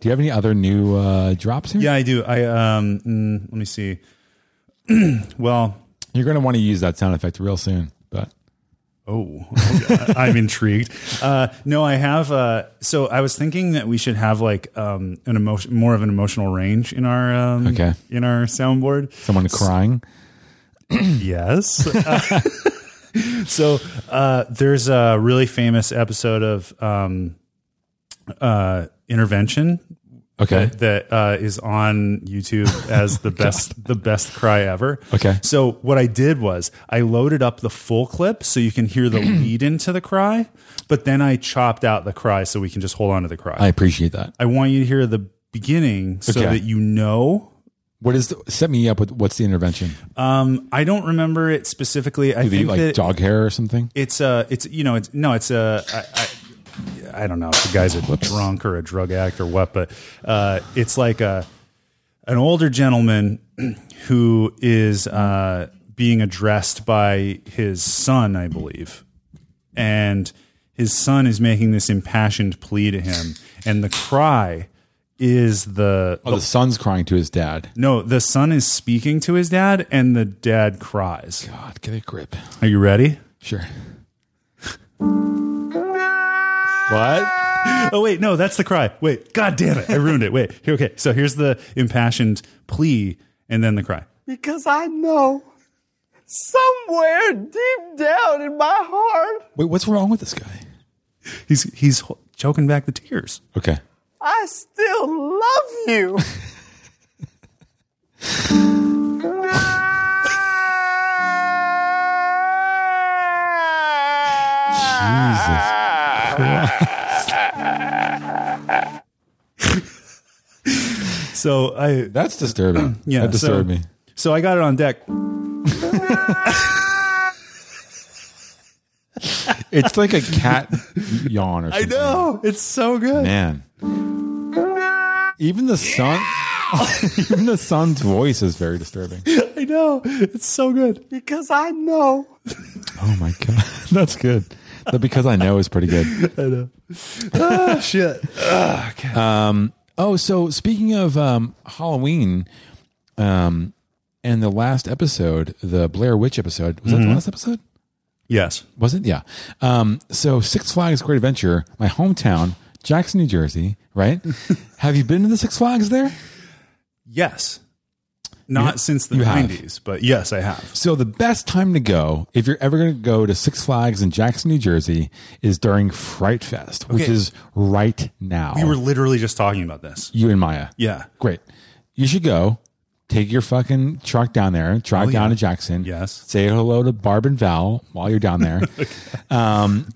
S2: do you have any other new uh, drops here?
S3: Yeah, I do. I um mm, let me see. well,
S2: You're going to want to use that sound effect real soon. But
S3: Oh, okay. I- I'm intrigued. Uh, no, I have. Uh, so I was thinking that we should have like um, an emotion, more of an emotional range in our um,
S2: Okay.
S3: in our soundboard.
S2: someone crying,
S3: Yes. Uh, so uh, there's a really famous episode of um, uh, Intervention
S2: okay, Oh,
S3: that uh, is on YouTube as the best the best cry ever.
S2: Okay.
S3: So what I did was I loaded up the full clip so you can hear the lead into the cry, but then I chopped out the cry so we can just hold on to the cry.
S2: I
S3: I,
S2: appreciate that.
S3: want you to hear the beginning so
S2: Okay.
S3: that you know.
S2: What is the, set me up with? What's the intervention?
S3: Um, I don't remember it specifically. I
S2: Do they
S3: think
S2: like
S3: that
S2: dog hair or something?
S3: it's a it's you know it's no it's a I, I, I don't know if the guy's a drunk or a drug addict or what, but uh, it's like a an older gentleman who is uh, being addressed by his son, I believe, and his son is making this impassioned plea to him, and the cry is the
S2: Oh, the son's crying to his dad.
S3: no the son is speaking to his dad, and the dad cries.
S2: God, get a grip.
S3: Are you ready?
S2: Sure. what?
S3: Oh wait, no, that's the cry. Wait, god damn it, I ruined it. Wait, here, okay. So here's the impassioned plea, and then the cry.
S5: Because I know somewhere deep down in my heart,
S2: Wait, what's wrong with this guy?
S3: He's he's choking back the tears.
S2: Okay.
S5: I still love you.
S2: Jesus.
S3: So I
S2: That's disturbing.
S3: yeah,
S2: that disturbed
S3: so,
S2: me.
S3: So I got it on deck.
S2: It's like a cat yawn or something.
S3: No, it's so good.
S2: Man. Even the son Even the son's voice is very disturbing.
S3: I know. It's so good.
S5: because I know.
S2: Oh my god, that's good. The because I know is pretty good.
S3: Shit.
S2: Oh, so speaking of um, Halloween, um, and the last episode, the Blair Witch episode, was
S3: Mm-hmm.
S2: that the last episode?
S3: Yes.
S2: Was it? Yeah. Um, so Six Flags Great Adventure, my hometown, Jackson, New Jersey. Right? Have you been to the Six Flags there?
S3: Yes. Not since the
S2: you have.
S3: 90s, but yes, I have.
S2: So the best time to go, if you're ever going to go to Six Flags in Jackson, New Jersey, is during Fright Fest, which
S3: Okay.
S2: is right now.
S3: We were literally just talking about this.
S2: you and Maya.
S3: Yeah.
S2: Great. You should go. Take your fucking truck down there. Drive down
S3: Oh, yeah.
S2: to Jackson.
S3: Yes.
S2: Say hello to Barb and Val while you're down there,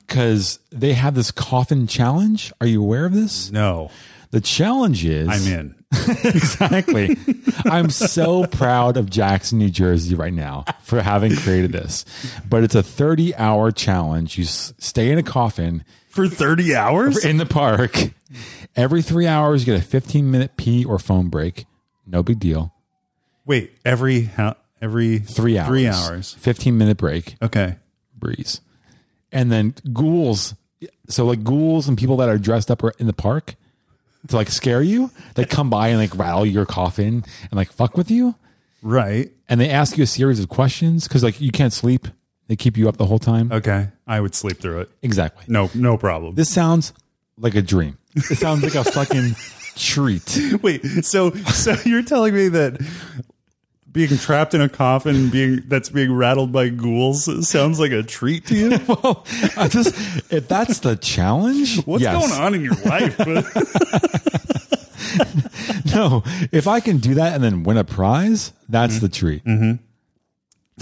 S2: because they have this coffin challenge. Are you aware of this?
S3: No,
S2: The challenge is
S3: I'm in.
S2: exactly. I'm so proud of Jackson, New Jersey, right now for having created this. But it's a 30 hour challenge. You s- stay in a coffin
S3: For 30 hours?
S2: in the park. Every three hours, you get a 15 minute pee or phone break. No big deal.
S3: Wait, every how every
S2: Three hours.
S3: Three hours.
S2: 15 minute break.
S3: Okay.
S2: Breeze. And then ghouls. So, like, ghouls and people that are dressed up are in the park to like scare you, they come by and like rattle your coffin and like fuck with you.
S3: Right.
S2: and they ask you a series of questions because like you can't sleep they keep you up the whole time
S3: Okay. I would sleep through it.
S2: exactly
S3: No, no problem.
S2: this sounds like a dream it sounds like a fucking treat
S3: Wait, so so you're telling me that being trapped in a coffin being that's being rattled by ghouls sounds like a treat to you?
S2: well I just if that's the challenge
S3: What's
S2: yes.
S3: going on in your life?
S2: no if i can do that and then win a prize that's
S3: Mm-hmm.
S2: the treat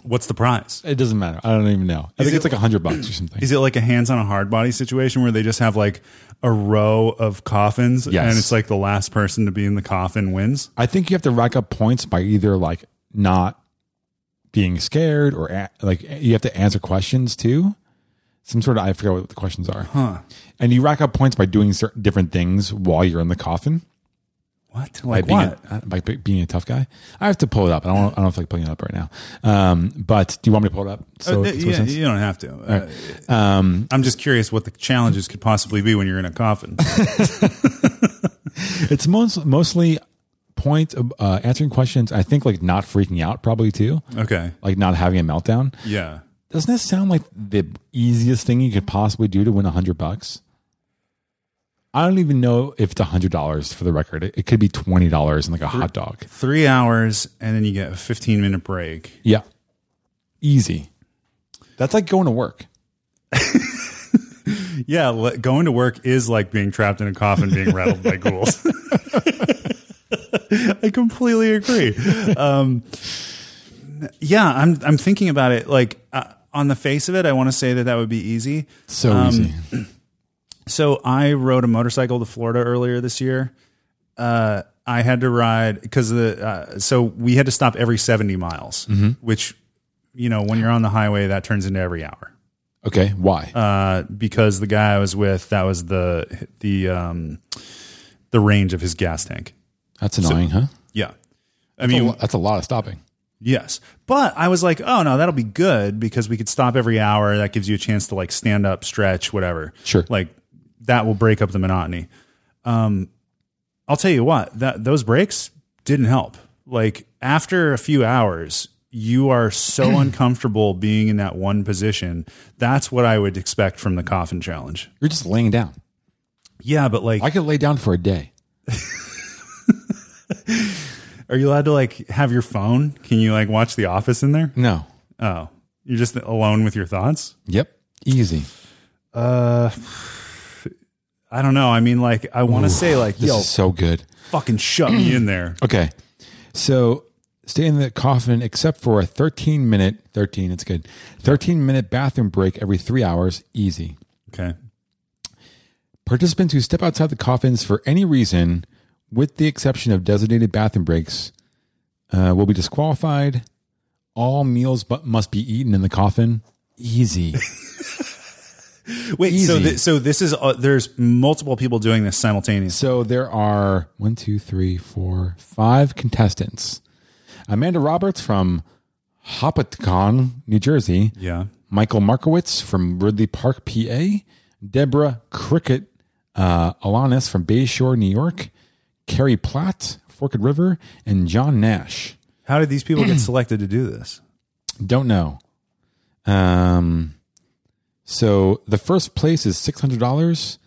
S3: What's the prize?
S2: it doesn't matter i don't even know i think
S3: it-
S2: it's like a hundred bucks or something
S3: Is it like a hands on a hard body situation where they just have like a row of coffins
S2: Yes.
S3: and it's like the last person to be in the coffin wins?
S2: i think you have to rack up points by either like not being scared or a- like you have to answer questions too some sort of i forget what the questions are
S3: Huh.
S2: and you rack up points by doing certain different things while you're in the coffin.
S3: What?
S2: By
S3: Like
S2: being
S3: what? Uh,
S2: A, by be- being a tough guy, I have to pull it up. I don't. I don't know if I can pull it up right now. Um, but do you want me to pull it up? So,
S3: Uh,
S2: it makes
S3: yeah,
S2: sense?
S3: you don't have to. Uh, I'm just curious what the challenges could possibly be when you're in a coffin.
S2: it's most, mostly point of, uh, answering questions. I think like not freaking out probably too,
S3: okay.
S2: like not having a meltdown.
S3: Yeah.
S2: Doesn't that sound like the easiest thing you could possibly do to win a hundred bucks? I don't even know if it's a hundred dollars for the record. It, it could be twenty dollars and like a hot dog.
S3: Three hours and then you get a 15 minute break.
S2: Yeah. Easy. That's like going to work.
S3: Yeah, le- going to work is like being trapped in a coffin, being rattled by ghouls. I completely agree. Um, yeah, I'm I'm thinking about it. Like uh, on the face of it, I want to say that that would be easy.
S2: So
S3: Um,
S2: easy.
S3: So I rode a motorcycle to Florida earlier this year. Uh, I had to ride because the uh, so we had to stop every 70 miles, which you know when you're on the highway that turns into every hour.
S2: Okay. Why?
S3: uh, because the guy I was with, that was the the um, the range of his gas tank.
S2: that's annoying, huh?
S3: Yeah, I
S2: That's a
S3: mean,
S2: lo- that's a lot of stopping.
S3: yes, but I was like, oh no, that'll be good because we could stop every hour. That gives you a chance to like stand up, stretch, whatever.
S2: Sure.
S3: like that will break up the monotony. Um, I'll tell you what, that those breaks didn't help. Like after a few hours. You are so uncomfortable being in that one position. That's what I would expect from the coffin challenge.
S2: You're just laying down.
S3: Yeah, but like
S2: I could lay down for a day.
S3: Are you allowed to like have your phone? Can you like watch The Office in there?
S2: No.
S3: Oh, you're just alone with your thoughts.
S2: Yep. Easy.
S3: Uh, I don't know. I mean, like, I want to say like,
S2: This
S3: yo,
S2: is so good.
S3: fucking shut me in there.
S2: Okay. So stay in the coffin except for a 13 minute, 13, it's good, 13 minute bathroom break every three hours. Easy.
S3: Okay.
S2: Participants who step outside the coffins for any reason, with the exception of designated bathroom breaks, uh, will be disqualified. All meals but must be eaten in the coffin. Easy.
S3: Wait, so
S2: Easy.
S3: th- so this is uh, there's multiple people doing this simultaneously.
S2: So there are one, two, three, four, five contestants. Amanda Roberts from Hopatcon, New Jersey.
S3: Yeah.
S2: Michael Markowitz from Ridley Park, PA. Deborah Cricket uh, Alanis from Bayshore, New York. Carrie Platt, Forked River, and John Nash.
S3: How did these people get selected to do this?
S2: Don't know. Um, so the first place is six hundred dollars,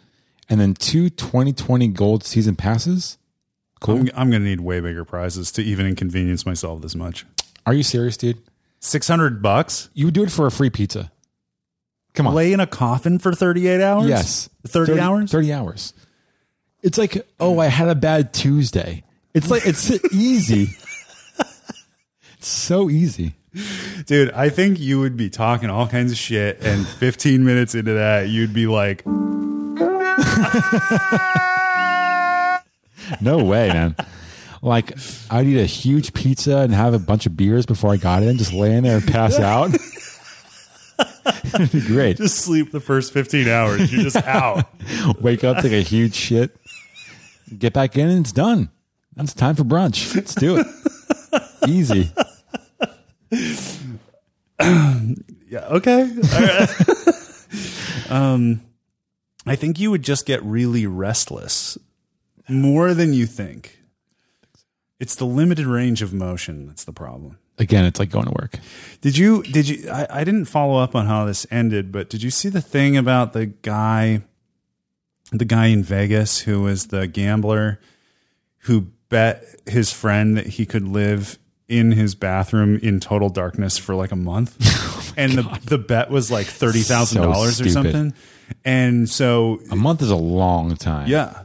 S2: and then two 2020 gold season passes.
S3: I'm, I'm going to need way bigger prizes to even inconvenience myself this much.
S2: Are you serious, dude?
S3: Six hundred bucks.
S2: You would do it for a free pizza. Come on.
S3: Lay in a coffin for thirty eight hours.
S2: Yes.
S3: thirty, hours.
S2: 30 hours. It's like, oh, I had a bad Tuesday. It's like, it's easy. it's so easy.
S3: Dude, I think you would be talking all kinds of shit, and 15 minutes into that, you'd be like,
S2: No way, man. Like, I'd eat a huge pizza and have a bunch of beers before I got in, just lay in there and pass out. It'd be great.
S3: just sleep the first 15 hours. You're just out.
S2: Wake up, take a huge shit, get back in, and it's done. It's time for brunch. Let's do it. Easy.
S3: Yeah, okay. All right. um, I think you would just get really restless more than you think. It's the limited range of motion that's the problem.
S2: Again, it's like going to work.
S3: Did you did you I, I didn't follow up on how this ended, but did you see the thing about the guy the guy in Vegas who was the gambler who bet his friend that he could live in his bathroom in total darkness for like a month?
S2: Oh
S3: and the the bet was like thirty thousand dollars or
S2: stupid.
S3: something. And so
S2: A month is a long time.
S3: yeah.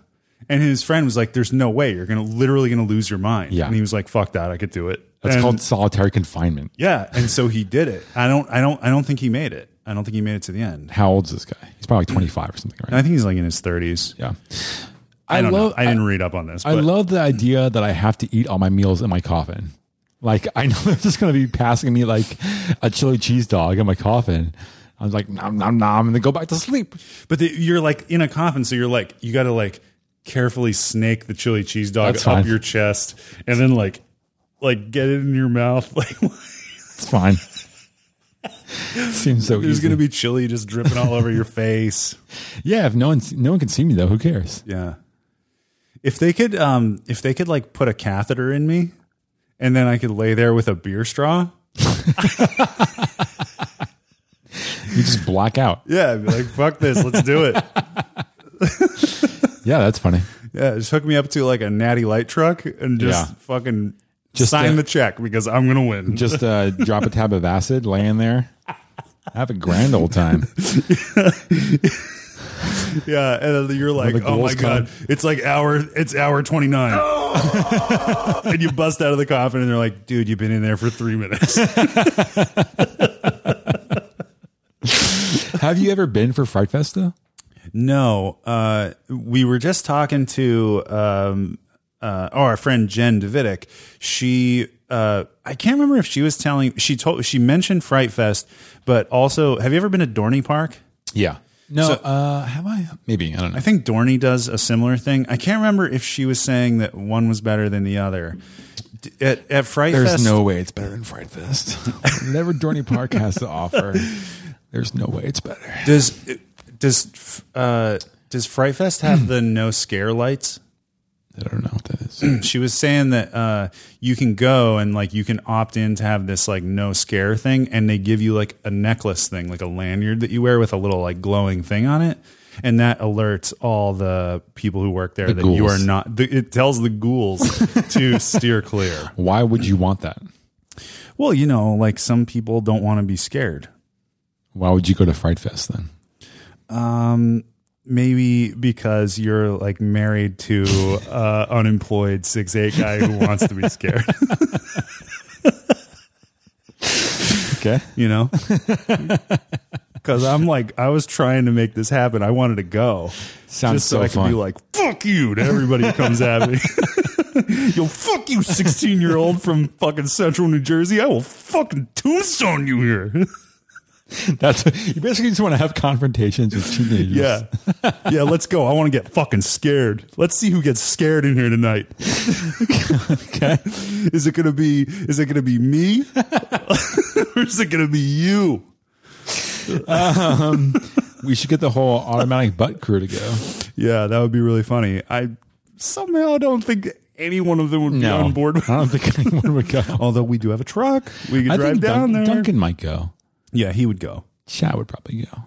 S3: And his friend was like, There's no way you're gonna literally gonna lose your mind.
S2: Yeah.
S3: And he was like, Fuck that, I could do it.
S2: That's
S3: And-
S2: called solitary confinement.
S3: yeah, and so he did it. I don't, I don't, I don't think he made it. I don't think he made it to the end.
S2: How old's this guy? He's
S3: Hmm.
S2: probably like 25 or something,
S3: And I
S2: right?
S3: think he's like in his thirties.
S2: Yeah.
S3: I, don't
S2: love
S3: know. I didn't read up on this.
S2: I
S3: but
S2: love the idea that I have to eat all my meals in my coffin. Like I know they're just gonna be passing me like a chili cheese dog in my coffin. I was like nom nom nom, and then go back to sleep.
S3: But the, you're like in a coffin, so you're like you got to like carefully snake the chili cheese dog
S2: That's
S3: up
S2: fine.
S3: your chest, and then like like get it in your mouth. Like
S2: It's fine. Seems so
S3: there's
S2: easy.
S3: gonna be chili just dripping all over your face.
S2: yeah, if no one no one can see me though, who cares?
S3: Yeah. If they could, um, if they could like put a catheter in me, and then I could lay there with a beer straw.
S2: You just black out.
S3: Yeah, I'd be like fuck this, let's do it.
S2: Yeah, that's funny.
S3: Yeah, just hook me up to like a natty light truck and just
S2: Yeah.
S3: fucking
S2: Just,
S3: sign
S2: uh,
S3: the check because I'm gonna win.
S2: Just uh, drop a tab of acid, lay in there, have a grand old time.
S3: yeah, and then you're like,
S2: the
S3: oh my
S2: goals come."
S3: god, it's like hour, it's hour twenty nine, and you bust out of the coffin and they're like, dude, you've been in there for three minutes.
S2: Have you ever been for Fright Fest though?
S3: no, uh, we were just talking to um, uh, oh, our friend Jen Davidic. She. Uh, I can't remember if she was telling. She told. She mentioned Fright Fest, but also, have you ever been to Dorney Park?
S2: Yeah. No.
S3: So-
S2: uh, have I? Maybe. I don't know.
S3: I think Dorney does a similar thing. I can't remember if she was saying that one was better than the other. D- At, at Fright
S2: There's
S3: Fest,
S2: no way it's better than Fright Fest. Whatever Dorney Park has to offer, there's no way it's better.
S3: does does uh, does Fright Fest have the no scare lights?
S2: I don't know what that is.
S3: She was saying that uh, you can go and like you can opt in to have this like no scare thing, and they give you like a necklace thing, like a lanyard that you wear with a little like glowing thing on it, and that alerts all the people who work there that you are
S2: ghouls.
S3: not. The, it tells the ghouls to steer clear.
S2: Why would you want that?
S3: Well, you know, like some people don't want to be scared.
S2: Why would you go to Fright Fest then?
S3: Maybe because you're like married to uh, unemployed six eight guy who wants to be scared.
S2: Okay.
S3: You know, because I'm like I was trying to make this happen. I wanted to go
S2: Sounds
S3: just so,
S2: so
S3: I could
S2: fun.
S3: be like fuck you to everybody who comes at me. Yo, fuck you, sixteen year old from fucking Central New Jersey. I will fucking tombstone you here.
S2: That's you basically just want to have confrontations with teenagers.
S3: Yeah. yeah, let's go. I want to get fucking scared. Let's see who gets scared in here tonight.
S2: Okay.
S3: Is it going to be is it going to be me? or is it going to be you?
S2: We should get the whole automatic butt crew to go.
S3: Yeah, that would be really funny. I somehow don't think any one of them would be on board.
S2: I don't think anyone would go.
S3: Although we do have a truck. We could
S2: I
S3: drive
S2: think
S3: down
S2: Dun-
S3: there.
S2: Duncan might go.
S3: Yeah, he would go.
S2: Chat would probably go.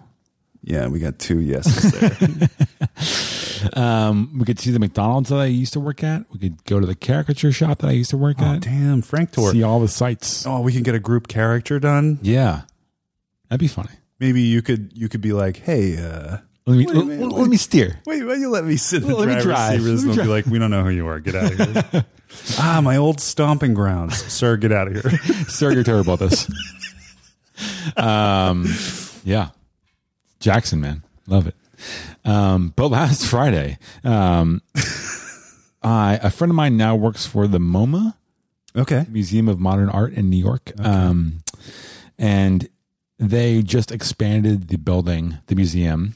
S3: Yeah, we got two yeses there.
S2: Um, we could see the McDonald's that I used to work at. We could go to the caricature shop that I used to work
S3: oh,
S2: at.
S3: damn, Frank Tour.
S2: See all the sights.
S3: Oh, we can get a group character done.
S2: Yeah, that'd be funny.
S3: Maybe you could you could be like, hey, uh,
S2: Let me
S3: Wait a
S2: let,
S3: minute,
S2: let me steer.
S3: Wait, why you let me sit in the
S2: Let me
S3: driver's
S2: drive.
S3: seat?
S2: Let me
S3: Risno will be like, we don't know who you are. Get out of here. ah, my old stomping grounds, sir. Get out of here.
S2: Sir, you're terrible at this. um, yeah, Jackson, man, love it. Um, but last Friday, um, I a friend of mine now works for the MoMA.
S3: okay.
S2: Museum of Modern Art in New York. Um, and they just expanded the building, the museum.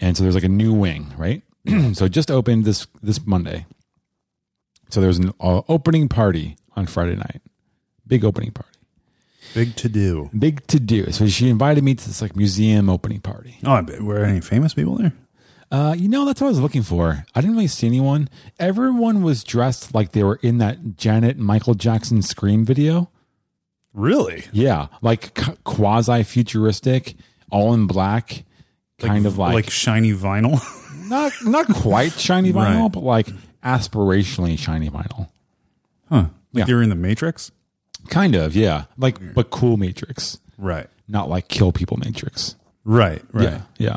S2: And so there's like a new wing, right? so it just opened this this Monday. So there was an uh, opening party on Friday night. Big opening party.
S3: Big to do.
S2: Big to do. So she invited me to this like museum opening party.
S3: Oh, I bet- were any famous people there?
S2: Uh, you know, that's what I was looking for. I didn't really see anyone. Everyone was dressed like they were in that Janet Michael Jackson Scream video.
S3: Really?
S2: Yeah, like quasi futuristic, all in black, kind of like,
S3: like shiny vinyl.
S2: not not quite shiny vinyl,
S3: Right.
S2: but like aspirationally shiny vinyl.
S3: huh? Like
S2: Yeah.
S3: they were in the Matrix.
S2: Kind of, yeah. Like but cool Matrix,
S3: Right.
S2: not like kill people Matrix.
S3: Right. Right.
S2: Yeah, yeah.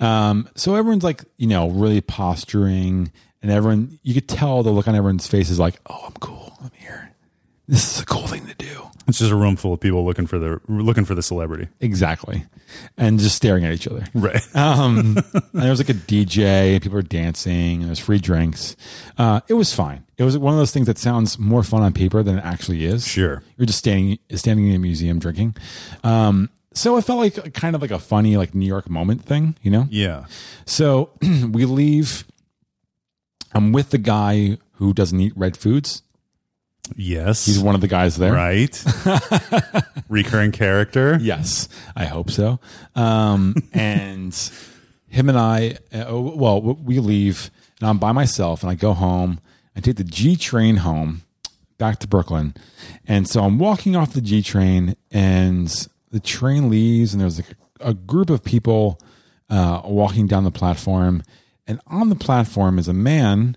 S2: Um, so everyone's like, you know, really posturing, and everyone you could tell the look on everyone's face is like, oh, I'm cool, I'm here. This is a cool thing to do.
S3: It's just a room full of people looking for the looking for the celebrity.
S2: Exactly, and just staring at each other.
S3: Right.
S2: Um, and there was like a DJ, and people were dancing, and there's free drinks. Uh, it was fine. It was one of those things that sounds more fun on paper than it actually is.
S3: Sure.
S2: you're just standing standing in a museum drinking. Um, so it felt like kind of like a funny like New York moment thing, you know.
S3: yeah.
S2: So we leave. I'm with the guy who doesn't eat red foods.
S3: Yes.
S2: He's one of the guys there.
S3: right. Recurring character.
S2: Yes, I hope so. Um, and him and I, uh, well, w- we leave, and I'm by myself, and I go home. I take the G train home back to Brooklyn, and so I'm walking off the G train, and the train leaves, and there's like a, a group of people uh, walking down the platform, and on the platform is a man,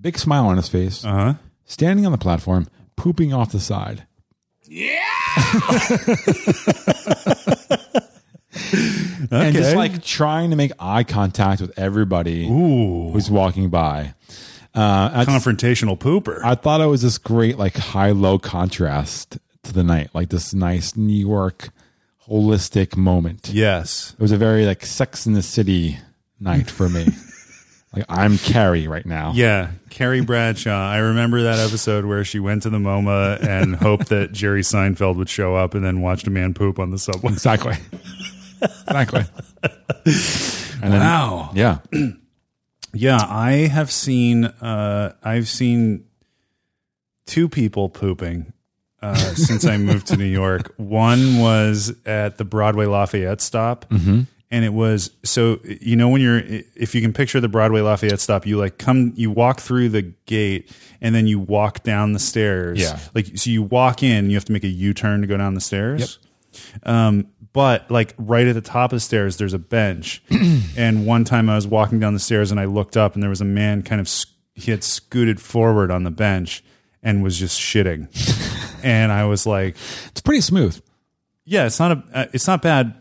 S2: big smile on his face,
S3: Uh huh.
S2: standing on the platform, pooping off the side.
S3: Okay.
S2: and just like trying to make eye contact with everybody
S3: ooh,
S2: who's walking by. Uh, I, just-
S3: confrontational pooper.
S2: I thought it was this great like high low contrast to the night, like this nice New York holistic moment.
S3: yes.
S2: It was a very like Sex in the City night for me. like I'm Carrie right now.
S3: Yeah, Carrie Bradshaw. I remember that episode where she went to the MoMA and hoped that Jerry Seinfeld would show up, and then watched a man poop on the subway.
S2: exactly, exactly. And then,
S3: Wow.
S2: yeah,
S3: Yeah, I have seen. Uh, I've seen two people pooping uh, since I moved to New York. One was at the Broadway Lafayette stop. And it was so you know when you're if you can picture the Broadway Lafayette stop you like come you walk through the gate and then you walk down the stairs
S2: Yeah.
S3: like so you walk in and you have to make a U turn to go down the stairs Um, but like right at the top of the stairs there's a bench and one time i was walking down the stairs and i looked up and there was a man kind of sc- he had scooted forward on the bench and was just shitting and i was like
S2: it's pretty smooth,
S3: yeah it's not a uh, it's not bad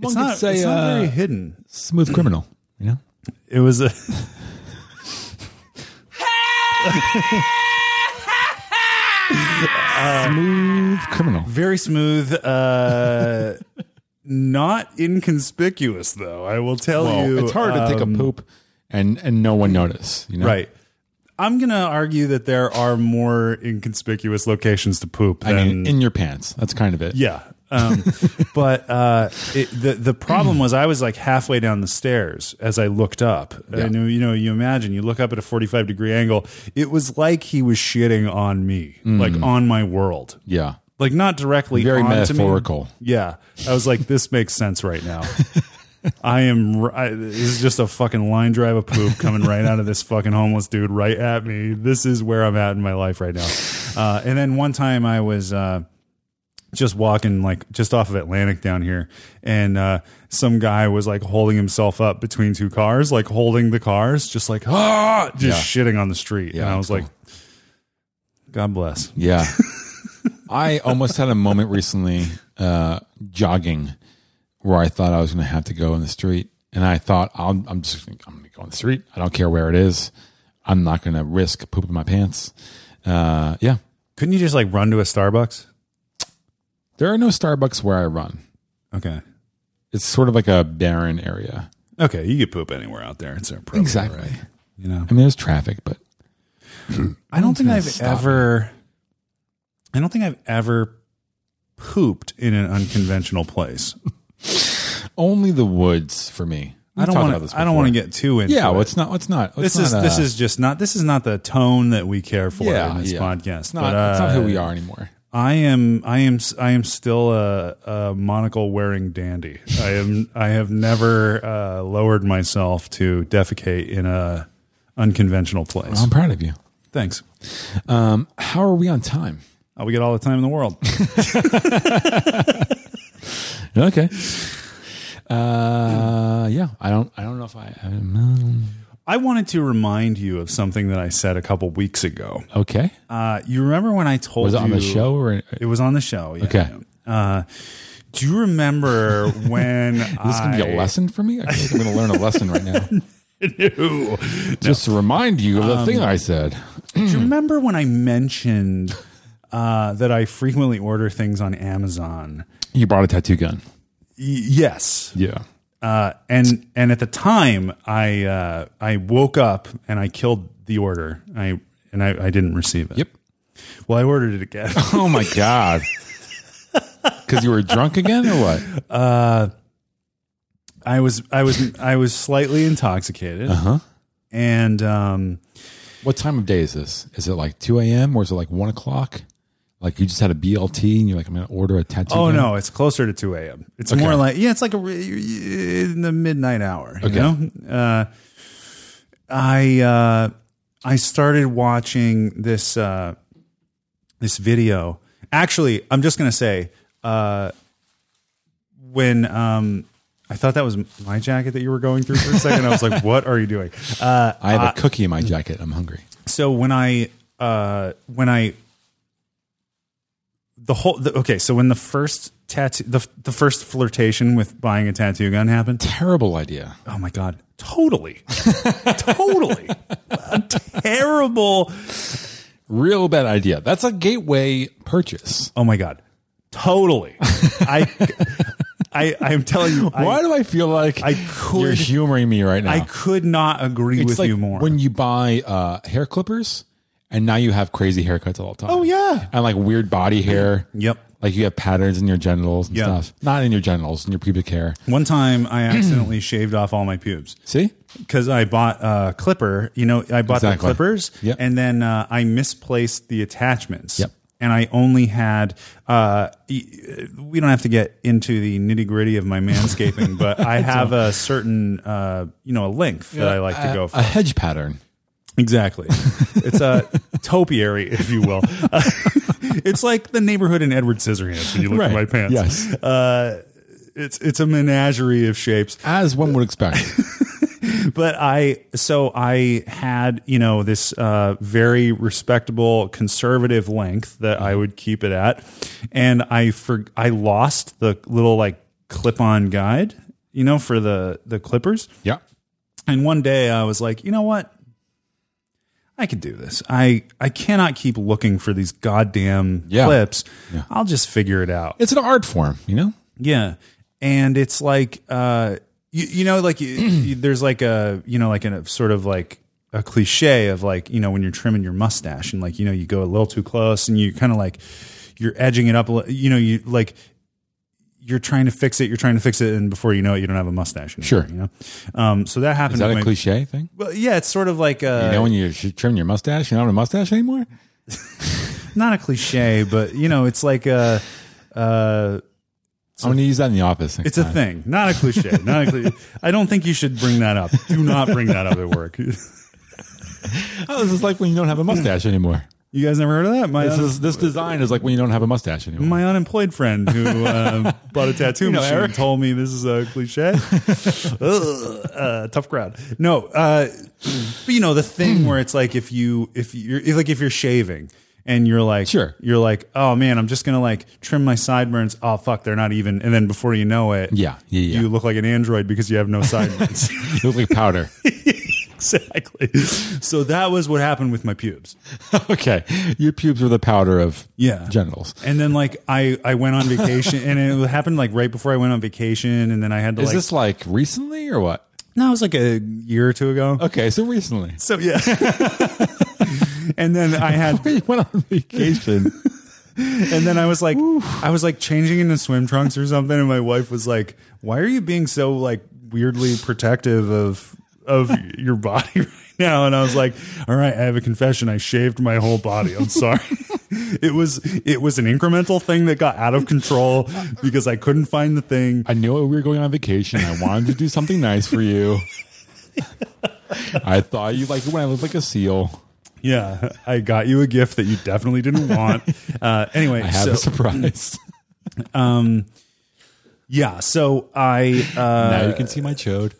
S3: it's
S2: could
S3: not,
S2: say,
S3: it's not
S2: uh,
S3: very hidden
S2: smooth criminal. You know,
S3: it was a
S2: Um, smooth criminal.
S3: very smooth uh not inconspicuous though i will tell
S2: Well,
S3: you uh,
S2: it's hard to take a poop um, and and no one notice. You know,
S3: Right. I'm going to argue that there are more inconspicuous locations to poop
S2: I
S3: than
S2: mean, in your pants. That's kind of it.
S3: yeah. Um, but uh, it, the the problem was I was like halfway down the stairs as I looked up. And you know, you imagine you look up at a forty five degree angle. It was like he was shitting on me, like on my world,
S2: Yeah.
S3: like not directly.
S2: Mm. Very
S3: onto me.
S2: metaphorical.
S3: Yeah, I was like, this makes sense right now. I am. r- I, this is just a fucking line drive of poop coming right out of this fucking homeless dude right at me. This is where I'm at in my life right now. Uh, and then one time I was uh, just walking, like just off of Atlantic down here, and uh, some guy was like holding himself up between two cars, like holding the cars, just like ah, just shitting on the street. and I was like, God bless.
S2: Yeah. I almost had a moment recently uh, jogging where I thought I was going to have to go in the street. And I thought, I'll, I'm just I'm going to go in the street. I don't care where it is. I'm not going to risk pooping my pants. Uh, yeah.
S3: Couldn't you just like run to a Starbucks?
S2: There are no Starbucks where I run.
S3: Okay.
S2: It's sort of like a barren area.
S3: Okay, you could poop anywhere out there. It's a problem, right? You know,
S2: I mean, there's traffic, but
S3: I don't think I've
S2: stop
S3: ever. I don't think I've ever pooped in an unconventional place.
S2: only the woods for me.
S3: I don't want to. I don't want to get too into.
S2: Yeah,
S3: it.
S2: well, it's not. It's not. uh,
S3: this is this is just not. This is not the tone that we care for
S2: yeah,
S3: in this
S2: yeah.
S3: podcast.
S2: It's not,
S3: but,
S2: it's not
S3: uh,
S2: who we are anymore.
S3: I am. I am. I am still a, a monocle wearing dandy. I am. I have never uh, lowered myself to defecate in a unconventional place.
S2: I'm proud of you.
S3: Thanks.
S2: How are we on time?
S3: Oh, we got all the time in the world.
S2: Okay. Uh, yeah, I don't. I don't know if I. I don't know.
S3: I wanted to remind you of something that I said a couple weeks ago.
S2: okay.
S3: Uh, you remember when I told
S2: Was it on
S3: you-
S2: the show or uh,
S3: It was on the show. yeah.
S2: Okay.
S3: Uh, do you remember when
S2: this is
S3: I
S2: gonna be a lesson for me? I feel like I'm gonna learn a lesson right now.
S3: knew?
S2: Just to remind you of the thing I said.
S3: Do you remember when I mentioned uh, that I frequently order things on Amazon?
S2: You brought a tattoo gun.
S3: Y- yes.
S2: Yeah.
S3: Uh, and and at the time, I uh, I woke up and I killed the order. I and I, I didn't receive it.
S2: Yep.
S3: Well, I ordered it again.
S2: Oh my god. Because you were drunk again or what?
S3: I was I was I was slightly intoxicated.
S2: Uh-huh.
S3: And um
S2: What time of day is this? Is it like 2 a.m. or is it like 1 o'clock? Like you just had a BLT and you're like, I'm going to order a tattoo.
S3: oh
S2: gun?
S3: no, it's closer to 2 a.m. It's more like yeah, it's like a, re- in the midnight hour, you
S2: Okay.
S3: know? Uh I uh I started watching this uh this video. Actually, I'm just going to say uh when um I thought that was my jacket that you were going through for a second. I was like, "What are you doing?" Uh,
S2: I have a cookie in my jacket. I'm hungry.
S3: so when I uh when I the whole the, okay, so when the first tattoo the the first flirtation with buying a tattoo gun happened,
S2: Terrible idea.
S3: oh my god, totally, totally, a terrible,
S2: Real bad idea. That's a gateway purchase.
S3: oh my god, totally, I. I, I'm telling you, I-
S2: Why do I feel like
S3: I
S2: you're
S3: could-
S2: humoring me right now?
S3: I could not agree
S2: it's
S3: with
S2: like
S3: you more.
S2: when you buy uh, hair clippers and now you have crazy haircuts all the time.
S3: Oh, yeah.
S2: And like weird body hair.
S3: Yep.
S2: Like you have patterns in your genitals and
S3: Yeah.
S2: stuff. Not in your genitals, in your pubic hair.
S3: One time, I accidentally shaved off all my pubes.
S2: See?
S3: because I bought a clipper. You know, I bought the
S2: Exactly.
S3: clippers,
S2: Yep.
S3: and then uh, I misplaced the attachments.
S2: Yep.
S3: And I only had. Uh, y- we don't have to get into the nitty gritty of my manscaping, but I have a certain, uh, you know, a length that I like to go for.
S2: A hedge pattern.
S3: Exactly. It's a topiary, if you will. it's like the neighborhood in Edward Scissorhands when you look at my pants.
S2: Yes.
S3: Uh, It's it's a menagerie of shapes.
S2: As one would expect.
S3: but I so I had you know this uh, very respectable conservative length that
S2: Mm-hmm.
S3: I would keep it at, and I for I lost the little like clip on guide you know for the the clippers,
S2: yeah.
S3: and one day I was like you know what. I could do this. I, I cannot keep looking for these goddamn
S2: Yeah.
S3: clips. I'll just figure it out.
S2: It's an art form, you know?
S3: Yeah, and it's like uh, you, you know, like you, you, there's like a you know, like a sort of like a cliche of like you know when you're trimming your mustache and like you know you go a little too close and you kind of like you're edging it up. a li- You know, you like you're trying to fix it, you're trying to fix it, and before you know it, you don't have a mustache anymore.
S2: Sure.
S3: You know? um, so that happened
S2: Is that
S3: to
S2: a
S3: my-
S2: cliche thing?
S3: Well, yeah, it's sort of like uh,
S2: You know, when you should trim your mustache, you don't have a mustache anymore.
S3: not a cliche, but you know, it's like a uh,
S2: I'm going to use that in the office. next
S3: it's a
S2: time.
S3: thing, not a cliche, not a cliche. I don't think you should bring that up. Do not bring that up at work. you
S2: Oh, this is like when you don't have a mustache anymore.
S3: guys never heard of that? My
S2: This
S3: un-
S2: is this design is like when you don't have a mustache anymore.
S3: my unemployed friend who uh, bought a tattoo
S2: know,
S3: machine
S2: Eric.
S3: told me this is a cliche. Ugh, uh, tough crowd. No, uh, but you know the thing where it's like if you if you're if, like if you're shaving and you're like
S2: Sure.
S3: you're like oh man I'm just gonna like trim my sideburns oh fuck they're not even and then before you know it
S2: Yeah, yeah, yeah.
S3: you look like an android because you have no sideburns
S2: it looks like powder.
S3: exactly so that was what happened with my pubes
S2: okay, your pubes were the powder of
S3: yeah
S2: genitals.
S3: And then like I I went on vacation and it happened like right before I went on vacation and then I had to
S2: Is
S3: like
S2: this like recently or what?
S3: no it was like a year or two ago.
S2: Okay, so recently.
S3: So yeah. and then I had
S2: We went on vacation.
S3: and then I was like I was like changing into swim trunks or something and my wife was like why are you being so like weirdly protective of of your body right now and I was like all right I have a confession I shaved my whole body I'm sorry. It was it was an incremental thing that got out of control because I couldn't find the thing.
S2: I knew we were going on vacation. I wanted to do something nice for you. I thought you liked it when I looked like a seal.
S3: Yeah, I got you a gift that you definitely didn't want. Uh, anyway,
S2: I have
S3: so,
S2: a surprise.
S3: yeah, so I uh,
S2: now you can see my chode.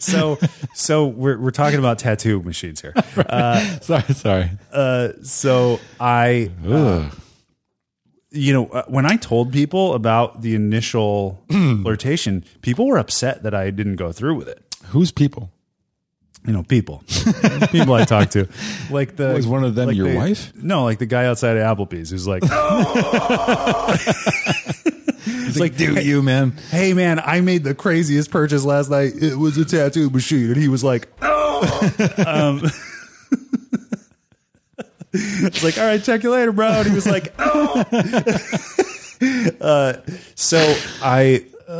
S3: so so we're we're talking about tattoo machines here.
S2: sorry, sorry.
S3: Uh, so I, uh,
S2: Ugh.
S3: you know, uh, when I told people about the initial flirtation, people were upset that I didn't go through with it.
S2: Who's people?
S3: You know, people, people I talked to, like the
S2: Was one of them
S3: like
S2: your
S3: the-
S2: wife?
S3: No, like the guy outside of Applebee's who's like,
S2: It's like, do you, man?
S3: hey man, I made the craziest purchase last night. It was a tattoo machine, and he was like, oh. um, it's like, all right, check you later, bro. And he was like, oh. uh, so I. you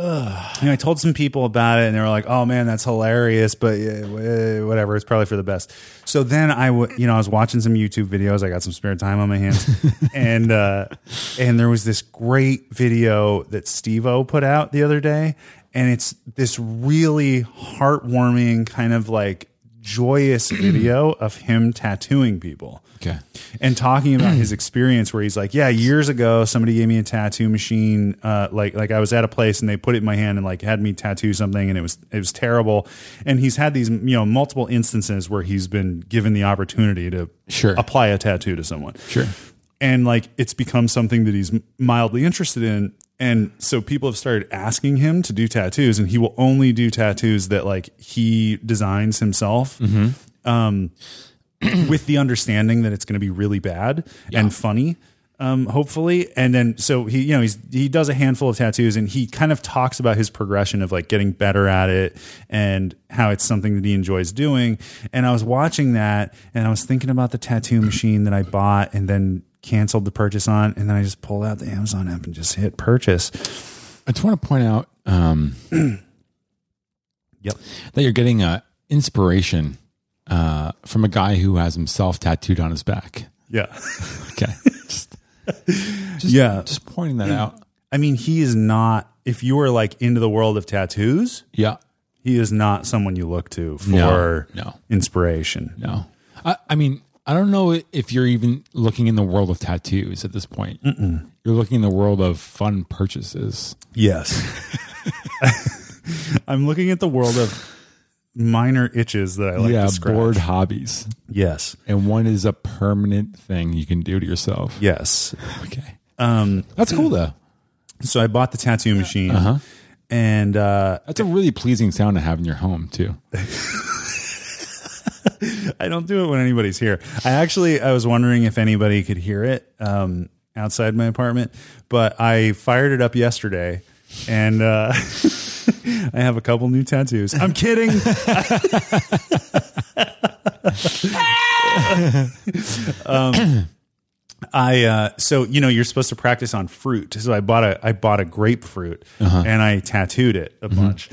S3: know, I told some people about it, and they were like, "Oh man, that's hilarious!" But yeah, wh- whatever, it's probably for the best. So then I, w- you know, I was watching some YouTube videos. I got some spare time on my hands, and uh, and there was this great video that Steve-O put out the other day, and it's this really heartwarming kind of like joyous video of him tattooing people
S2: Okay.
S3: and talking about his experience where he's like, yeah, years ago, somebody gave me a tattoo machine. Uh, like, like I was at a place and they put it in my hand and like had me tattoo something and it was, it was terrible. And he's had these, you know, multiple instances where he's been given the opportunity to
S2: Sure.
S3: apply a tattoo to someone.
S2: Sure.
S3: And like, it's become something that he's mildly interested in. And so people have started asking him to do tattoos and he will only do tattoos that like he designs himself
S2: Mm-hmm.
S3: Um, with the understanding that it's going to be really bad and funny um, hopefully and then so he you know he's he does a handful of tattoos and he kind of talks about his progression of like getting better at it and how it's something that he enjoys doing and i was watching that and i was thinking about the tattoo machine that i bought and then canceled the purchase on and then i just pulled out the amazon app and just hit purchase
S2: I just want to point out um,
S3: yep
S2: that you're getting uh, inspiration uh, from a guy who has himself tattooed on his back.
S3: yeah
S2: Okay. just, just,
S3: Yeah.
S2: Just pointing that out.
S3: i mean he is not if you are like into the world of tattoos
S2: Yeah.
S3: he is not someone you look to for
S2: No, no.
S3: inspiration.
S2: No. I, I mean, I don't know if you're even looking in the world of tattoos at this point. You're looking in the world of fun purchases.
S3: Yes. I'm looking at the world of minor itches that I like
S2: yeah,
S3: to scratch.
S2: bored hobbies.
S3: Yes.
S2: And one is a permanent thing you can do to yourself.
S3: Yes.
S2: Okay.
S3: Um,
S2: That's cool, though.
S3: So I bought the tattoo machine. And uh,
S2: That's a really pleasing sound to have in your home, too.
S3: I don't do it when anybody's here. I actually I was wondering if anybody could hear it um, outside my apartment, but I fired it up yesterday, and uh, I have a couple new tattoos. I'm kidding. Um, I uh, so you know you're supposed to practice on fruit. So I bought a I bought a grapefruit and I tattooed it a bunch.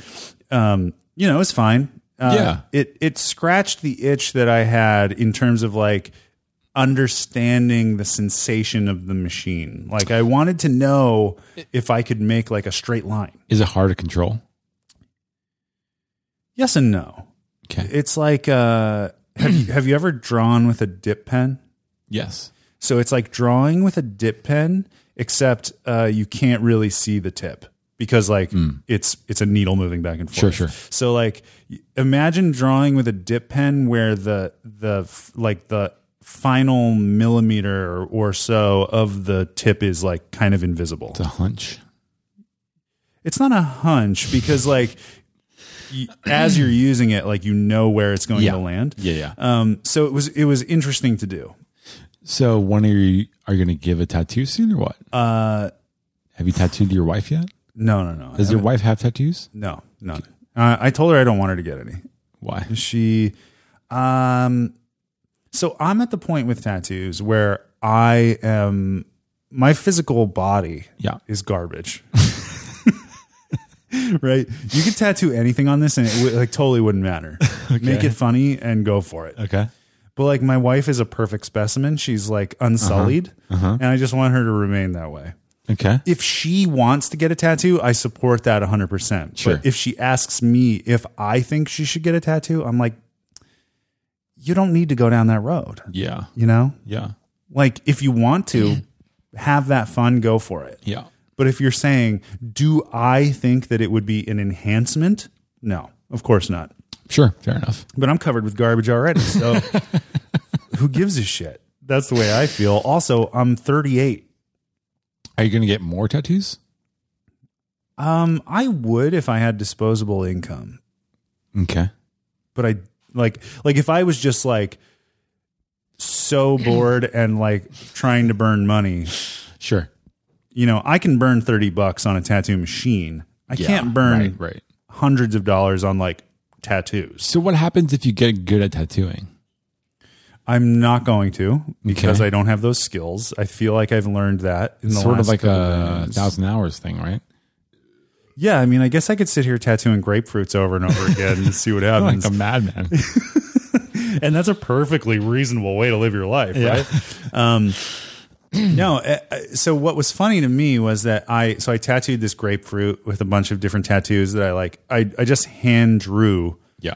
S3: Um, you know, it was fine. Uh,
S2: Yeah.
S3: it it scratched the itch that I had in terms of like understanding the sensation of the machine. Like I wanted to know if I could make like a straight line.
S2: Is it hard to control?
S3: Yes and no.
S2: Okay.
S3: It's like uh, have you have you ever drawn with a dip pen?
S2: yes.
S3: So it's like drawing with a dip pen, except uh, you can't really see the tip because like it's it's a needle moving back and forth.
S2: Hmm. Sure, sure.
S3: So like y- imagine drawing with a dip pen where the the f- like the final millimeter or so of the tip is like kind of invisible.
S2: It's a hunch.
S3: It's not a hunch because like y- as you're using it like you know where it's going
S2: Yeah.
S3: to land.
S2: Yeah, yeah.
S3: Um so it was it was interesting to do.
S2: So when are you are you going to give a tattoo soon or what?
S3: Uh
S2: Have you tattooed your wife yet?
S3: no no no.
S2: Does your wife have tattoos?
S3: No, no. Uh, I told her I don't want her to get any.
S2: Why?
S3: She, um, so I'm at the point with tattoos where I am, my physical body
S2: Yeah.
S3: is garbage. right? You could tattoo anything on this and it would, like totally wouldn't matter. Make it funny and go for it.
S2: Okay.
S3: But like my wife is a perfect specimen. She's like unsullied
S2: Uh-huh.
S3: and I just want her to remain that way
S2: Okay.
S3: if she wants to get a tattoo, I support that 100%.
S2: Sure.
S3: But if she asks me if I think she should get a tattoo, I'm like, you don't need to go down that road.
S2: Yeah.
S3: You know,
S2: Yeah.
S3: like if you want to have that fun, go for it.
S2: Yeah.
S3: But if you're saying, do I think that it would be an enhancement? No, of course not.
S2: Sure. Fair enough.
S3: But I'm covered with garbage already. So who gives a shit? That's the way I feel. Also, I'm 38.
S2: Are you going to get more tattoos?
S3: Um, I would if I had disposable income.
S2: Okay.
S3: but I like like if I was just like so bored and like trying to burn money,
S2: Sure.
S3: you know, I can burn 30 bucks on a tattoo machine. I
S2: Yeah,
S3: can't burn
S2: Right. Right.
S3: hundreds of dollars on like tattoos.
S2: So what happens if you get good at tattooing?
S3: I'm not going to because
S2: Okay.
S3: I don't have those skills. I feel like I've learned that in the
S2: Sort of
S3: last
S2: like
S3: couple
S2: a
S3: years.
S2: thousand hours thing, right?
S3: Yeah, I mean, I guess I could sit here tattooing grapefruits over and over again and see what happens.
S2: Like a madman.
S3: and that's a perfectly reasonable way to live your life, right? Um, no, uh, uh, so what was funny to me was that I so I tattooed this grapefruit with a bunch of different tattoos that I like. I I just hand drew
S2: yeah.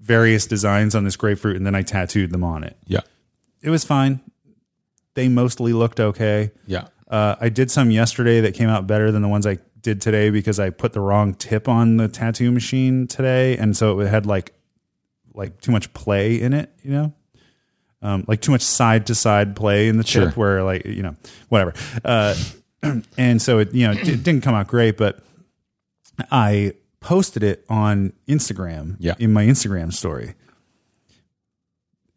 S3: various designs on this grapefruit and then I tattooed them on it.
S2: Yeah.
S3: It was fine. They mostly looked okay.
S2: Yeah.
S3: Uh, I did some yesterday that came out better than the ones I did today because I put the wrong tip on the tattoo machine today, and so it had like like too much play in it, you know, um, like too much side to side play in the
S2: Sure.
S3: tip where like you know whatever, uh, and so it you know it didn't come out great, but I posted it on Instagram
S2: Yeah.
S3: in my Instagram story.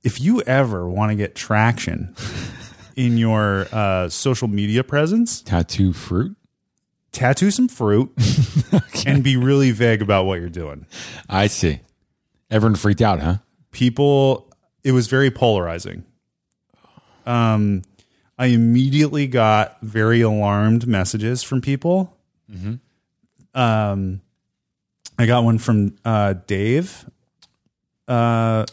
S3: If you ever want to get traction in your uh, social media presence,
S2: Tattoo fruit.
S3: tattoo some fruit and be really vague about what you're doing.
S2: I see. Everyone freaked out, huh?
S3: People, it was very polarizing. Um, I immediately got very alarmed messages from people. Um, I got one from uh, Dave, uh,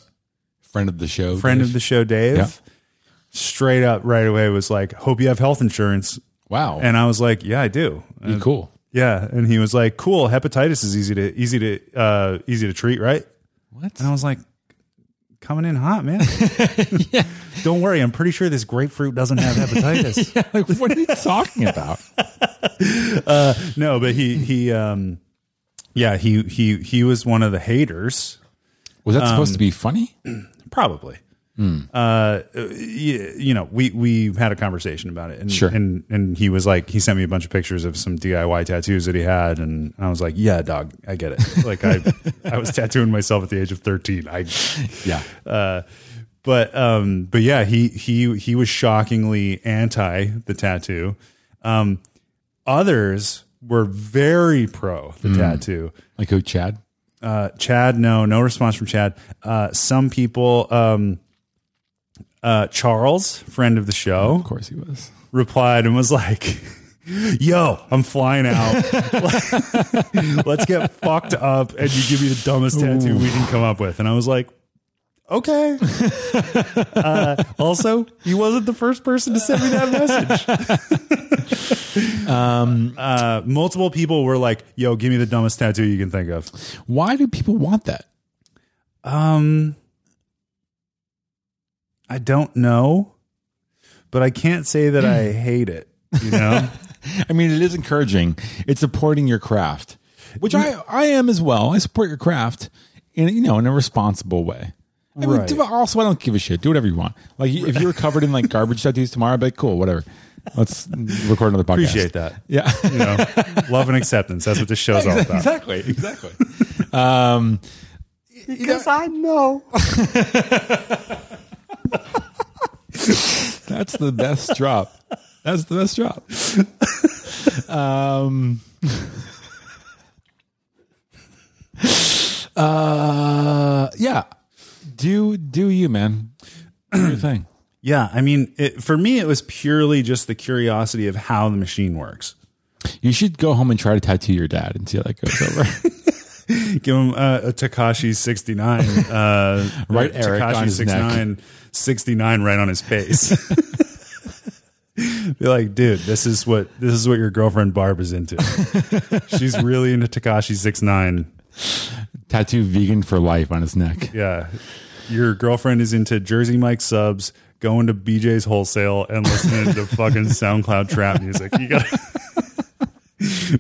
S2: Friend of the show.
S3: friend of the show, Dave.
S2: Yeah.
S3: Straight up right away was like, Hope you have health insurance.
S2: Wow.
S3: And uh, I was like, Yeah, I do.
S2: Be cool.
S3: Yeah, and he was like, "Cool, hepatitis is easy to easy to uh, easy to treat, right?"
S2: What?
S3: And I was like, "Coming in hot, man. Don't worry, I'm pretty sure this grapefruit doesn't have hepatitis."
S2: like, what are you talking about?
S3: No, but he he um, yeah he he he was one of the haters,
S2: Was that supposed
S3: Um,
S2: to be funny?
S3: probably. Uh, you, you know, we we had a conversation about it, and
S2: Sure.
S3: and and he was like, he sent me a bunch of pictures of some DIY tattoos that he had, and I was like, "Yeah, dog, I get it. Like I I was tattooing myself at the age of thirteen. I
S2: Yeah.
S3: Uh, but um, but yeah, he he he was shockingly anti the tattoo. Um, others were very pro the tattoo.
S2: Like who, Chad?
S3: Uh, Chad, no, no response from Chad. Uh, some people, um, uh, Charles, friend of the show,
S2: Of course he was.
S3: replied and was like, Yo, I'm flying out. Let's get fucked up and you give me the dumbest tattoo we can come up with. And I was like, Okay. uh, also, he wasn't the first person to send me that message.
S2: Um,
S3: uh, multiple people were like, Yo, give me the dumbest tattoo you can think of.
S2: Why do people want that?
S3: Um, I don't know, but I can't say that I hate it. You know,
S2: I mean, it is encouraging. It's supporting your craft, which I, I am as well. I support your craft in you know in a responsible way. I mean,
S3: Right.
S2: do- also I don't give a shit. Do whatever you want. Like if you're covered in like garbage tattoos tomorrow, I'd be like, cool, whatever. Let's record another podcast.
S3: appreciate that.
S2: Yeah.
S3: You know, love and acceptance. That's what this show's all about.
S2: exactly. Exactly. um,
S5: Because I know.
S2: that's the best drop. That's the best drop. Um, uh, yeah. Do do you, man? Do your thing.
S3: Yeah, I mean, it, for me, it was purely just the curiosity of how the machine works.
S2: You should go home and try to tattoo your dad and see how that goes over.
S3: Give him uh, a Takashi sixty nine, uh,
S2: Right, Eric, on
S3: Takashi
S2: his neck.
S3: 69, 69 right on his face. Be like, dude, this is what this is what your girlfriend Barb is into. She's really into Takashi six nine.
S2: tattoo vegan for life on his neck.
S3: Yeah, your girlfriend is into Jersey Mike subs, going to BJ's Wholesale, and listening to fucking SoundCloud trap music. You got.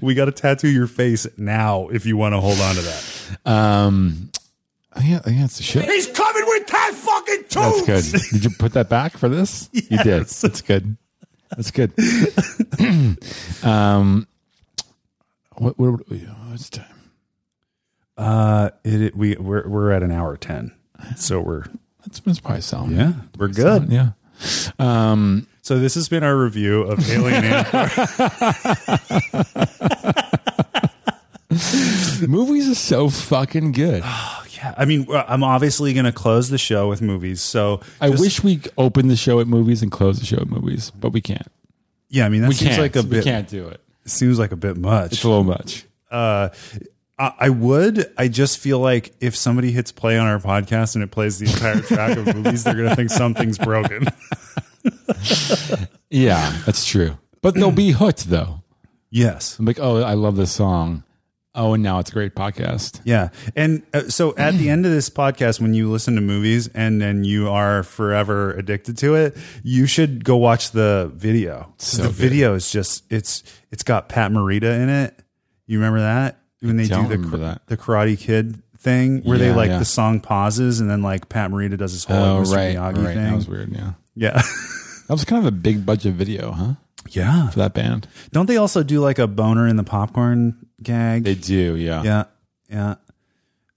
S3: We got to tattoo your face now if you want to hold on to that.
S2: Um, yeah, yeah, it's a shit.
S4: He's coming with ten fucking
S2: That's
S4: tubes.
S2: good. Did you put that back for this? You did. That's good. That's good. um, what, what, what, what's time?
S3: Uh, it, it- we we're we're at an hour ten, so we're
S2: That's, that's probably sound.
S3: we're good.
S2: Yeah. Um,
S3: So this has been our review of Alien Ant.
S2: movies are so fucking good.
S3: yeah, I mean, well, I'm obviously going to close the show with movies. So
S2: I
S3: just-
S2: wish we opened the show at movies and closed the show at movies, but we can't.
S3: yeah, I mean, that
S2: We
S3: seems
S2: can't.
S3: like a
S2: we
S3: bit
S2: can't do it.
S3: seems like a bit
S2: It's
S3: much.
S2: a little much.
S3: Uh, I, I would. I just feel like if somebody hits play on our podcast and it plays the entire track of movies, they're going to think something's broken.
S2: Yeah, that's true. But they'll be hooked though.
S3: yes.
S2: I'm like, oh, I love this song. Oh, and now it's a great podcast.
S3: Yeah. And uh, so at the end of this podcast, when you listen to movies and then you are forever addicted to it, you should go watch the video.
S2: So
S3: the
S2: good.
S3: video is just, it's, it's got Pat Morita in it. You remember that? When they
S2: don't
S3: do the,
S2: remember
S3: kar-
S2: that.
S3: the Karate Kid thing where they
S2: Yeah,
S3: like
S2: yeah.
S3: the song pauses and then like Pat Morita does his whole
S2: Oh,
S3: like, Mr.
S2: right,
S3: Miyagi
S2: right. That
S3: thing.
S2: was weird. Yeah,
S3: Yeah.
S2: that was kind of a big budget video, huh?
S3: yeah.
S2: For that band,
S3: Don't they also do like a boner in the popcorn gag?
S2: they do. Yeah,
S3: Yeah, yeah.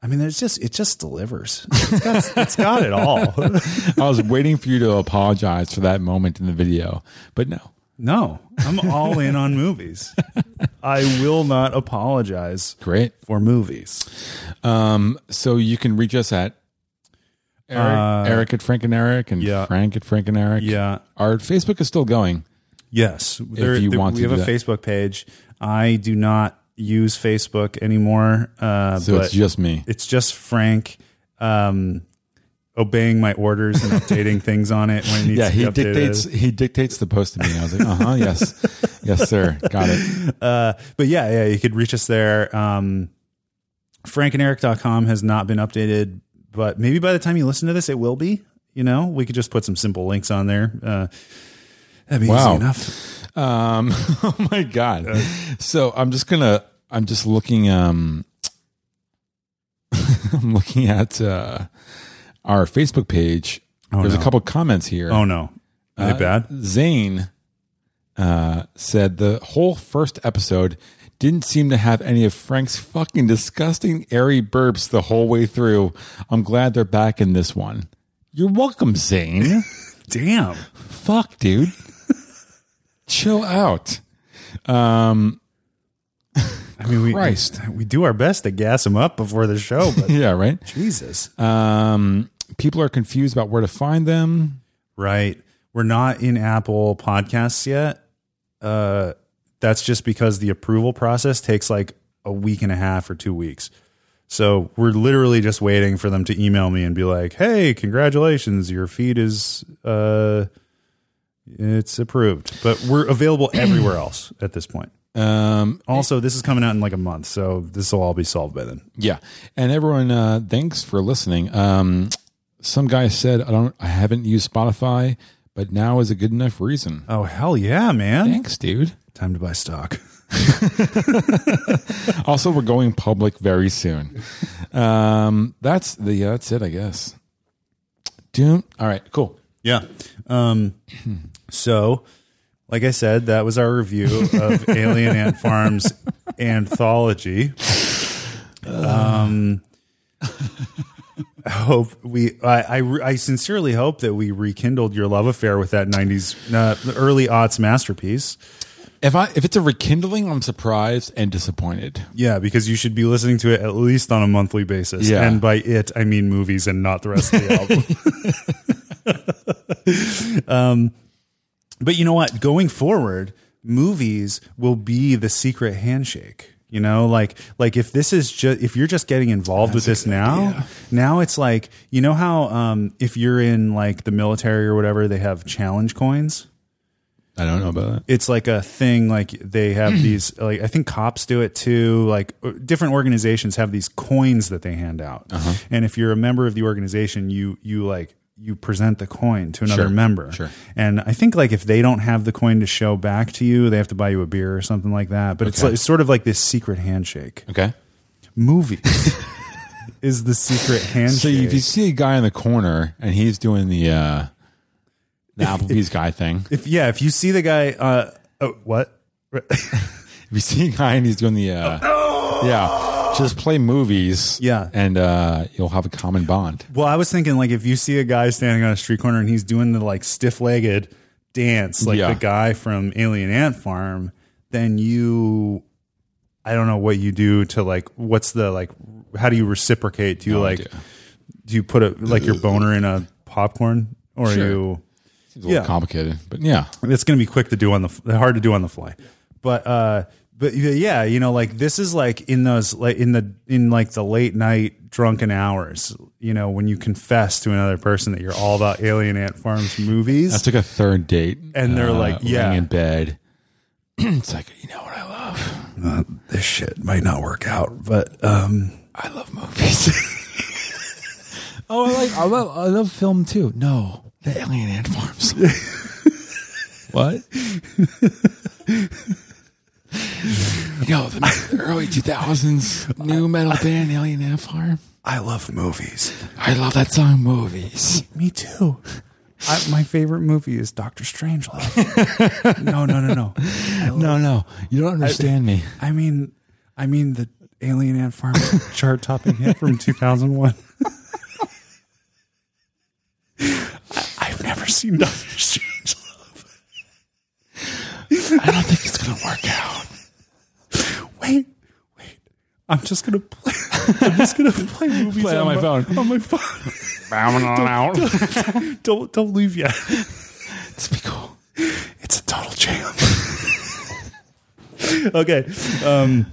S3: I mean, there's just it just delivers. It's got, it's got it all.
S2: I was waiting for you to apologize for that moment in the video, but no.
S3: No, I'm all in on movies. I will not apologize
S2: Great.
S3: for movies.
S2: Um, so you can reach us at Eric,
S3: Uh,
S2: Eric at Frank and Eric and
S3: yeah.
S2: Frank at Frank and Eric.
S3: Yeah.
S2: Our Facebook is still going.
S3: Yes,
S2: you want
S3: we
S2: to
S3: have
S2: do
S3: a
S2: that.
S3: Facebook page. I do not use Facebook anymore. Uh,
S2: So
S3: but
S2: it's just me.
S3: it's just Frank. Um, Obeying my orders and updating things on it when it needs
S2: Yeah,
S3: to be
S2: he
S3: updated.
S2: dictates he dictates the post to me. I was like, uh huh, yes. Yes, sir. Got it.
S3: Uh, but yeah, yeah, you could reach us there. Um, frankanderic.com has not been updated, but maybe by the time you listen to this, it will be. You know, we could just put some simple links on there. Uh, that'd be
S2: Wow.
S3: easy enough.
S2: Um, oh my god! so I'm just gonna. I'm just looking. Um, I'm looking at uh, our Facebook page. There's
S3: Oh, no.
S2: a couple comments here.
S3: Oh no, not
S2: Uh,
S3: bad.
S2: Zane uh, said the whole first episode didn't seem to have any of Frank's fucking disgusting airy burps the whole way through. I'm glad they're back in this one. You're welcome, Zane.
S3: Damn.
S2: fuck, dude. Chill out. Um,
S3: I mean, we
S2: Christ.
S3: we do our best to gas them up before the show, but
S2: yeah, right.
S3: Jesus.
S2: Um, people are confused about where to find them.
S3: right? We're not in Apple Podcasts yet. Uh, that's just because the approval process takes like a week and a half or two weeks. So we're literally just waiting for them to email me and be like, "Hey, congratulations, your feed is uh, it's approved." But we're available everywhere else at this point.
S2: Um,
S3: Also, this is coming out in like a month, so this will all be solved by then.
S2: yeah, and everyone, uh, thanks for listening. Um, some guy said I don't, I haven't used Spotify, but now is a good enough reason.
S3: Oh hell yeah, man!
S2: Thanks, dude.
S3: Time to buy stock.
S2: Also, we're going public very soon. Um, that's the yeah, that's it, I guess. Doom. All right, cool.
S3: Yeah. Um, so, like I said, that was our review of Alien Ant Farm's anthology. Um, I hope we. I, I re- I sincerely hope that we rekindled your love affair with that '90s, uh, early aughts masterpiece.
S2: If I if it's a rekindling, I'm surprised and disappointed.
S3: Yeah, because you should be listening to it at least on a monthly basis.
S2: Yeah.
S3: And by it, I mean movies and not the rest of the album. um, but you know what? Going forward, movies will be the secret handshake. You know, like like if this is just if you're just getting involved with this now, now it's like you know how um, if you're in like the military or whatever, they have challenge coins
S2: I don't know about that.
S3: it's like a thing like they have
S2: Hmm.
S3: these like i think cops do it too like uh, different organizations have these coins that they hand out
S2: Uh-huh.
S3: and if you're a member of the organization you you like you present the coin to another
S2: Sure,
S3: member
S2: sure.
S3: and i think like if they don't have the coin to show back to you they have to buy you a beer or something like that but it's,
S2: Okay.
S3: like, it's sort of like this secret handshake
S2: Okay.
S3: movies is the secret handshake
S2: So if you see a guy in the corner and he's doing the uh the Applebee's guy thing,
S3: if yeah if you see the guy uh oh, what
S2: if you see a guy and he's doing the uh yeah, just play movies.
S3: Yeah.
S2: and uh you'll have a common bond.
S3: Well, I was thinking like if you see a guy standing on a street corner and he's doing the like stiff legged dance, like
S2: Yeah.
S3: the guy from Alien Ant Farm, then you, I don't know what you do to like, what's the like, how do you reciprocate? Do you like,
S2: idea.
S3: do you put a like your boner in a popcorn or
S2: Sure.
S3: you?
S2: It's a little
S3: Yeah.
S2: complicated, but yeah,
S3: It's going to be quick to do on the hard to do on the fly, but uh, but yeah, you know, like this is like in those like in the in like the late night drunken hours, you know, when you confess to another person that you're all about Alien Ant Farms movies.
S2: that's like a third date.
S3: And they're
S2: uh,
S3: like, yeah.
S2: laying in bed. it's like you know what I love.
S3: this shit might not work out, but um,
S2: I love movies. oh, I like I love I love film too. No, the Alien Ant Farms. what? Yo, the, the early two thousands new metal band Alien Ant Farm.
S3: I love movies.
S2: I love that song. Movies.
S3: Me too. I, my favorite movie is Doctor Strangelove. no, no, no, no.
S2: No, no, you don't understand me.
S3: I mean, I mean the Alien Ant Farm chart topping hit from 2001. I, have never seen Doctor Strange.
S2: I don't think it's gonna work out.
S3: Wait, wait. I'm just gonna play. I'm just gonna play movies
S2: Play it on my phone.
S3: On my phone.
S2: out.
S3: Don't don't leave yet.
S2: Let's be cool.
S3: It's a total jam. okay. Um,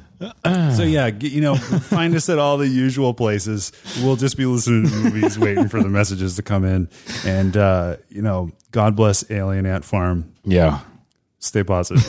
S3: so yeah, g- you know, find us at all the usual places. We'll just be listening to movies, waiting for the messages to come in. And uh, you know, God bless Alien Ant Farm.
S2: Yeah.
S3: Stay positive.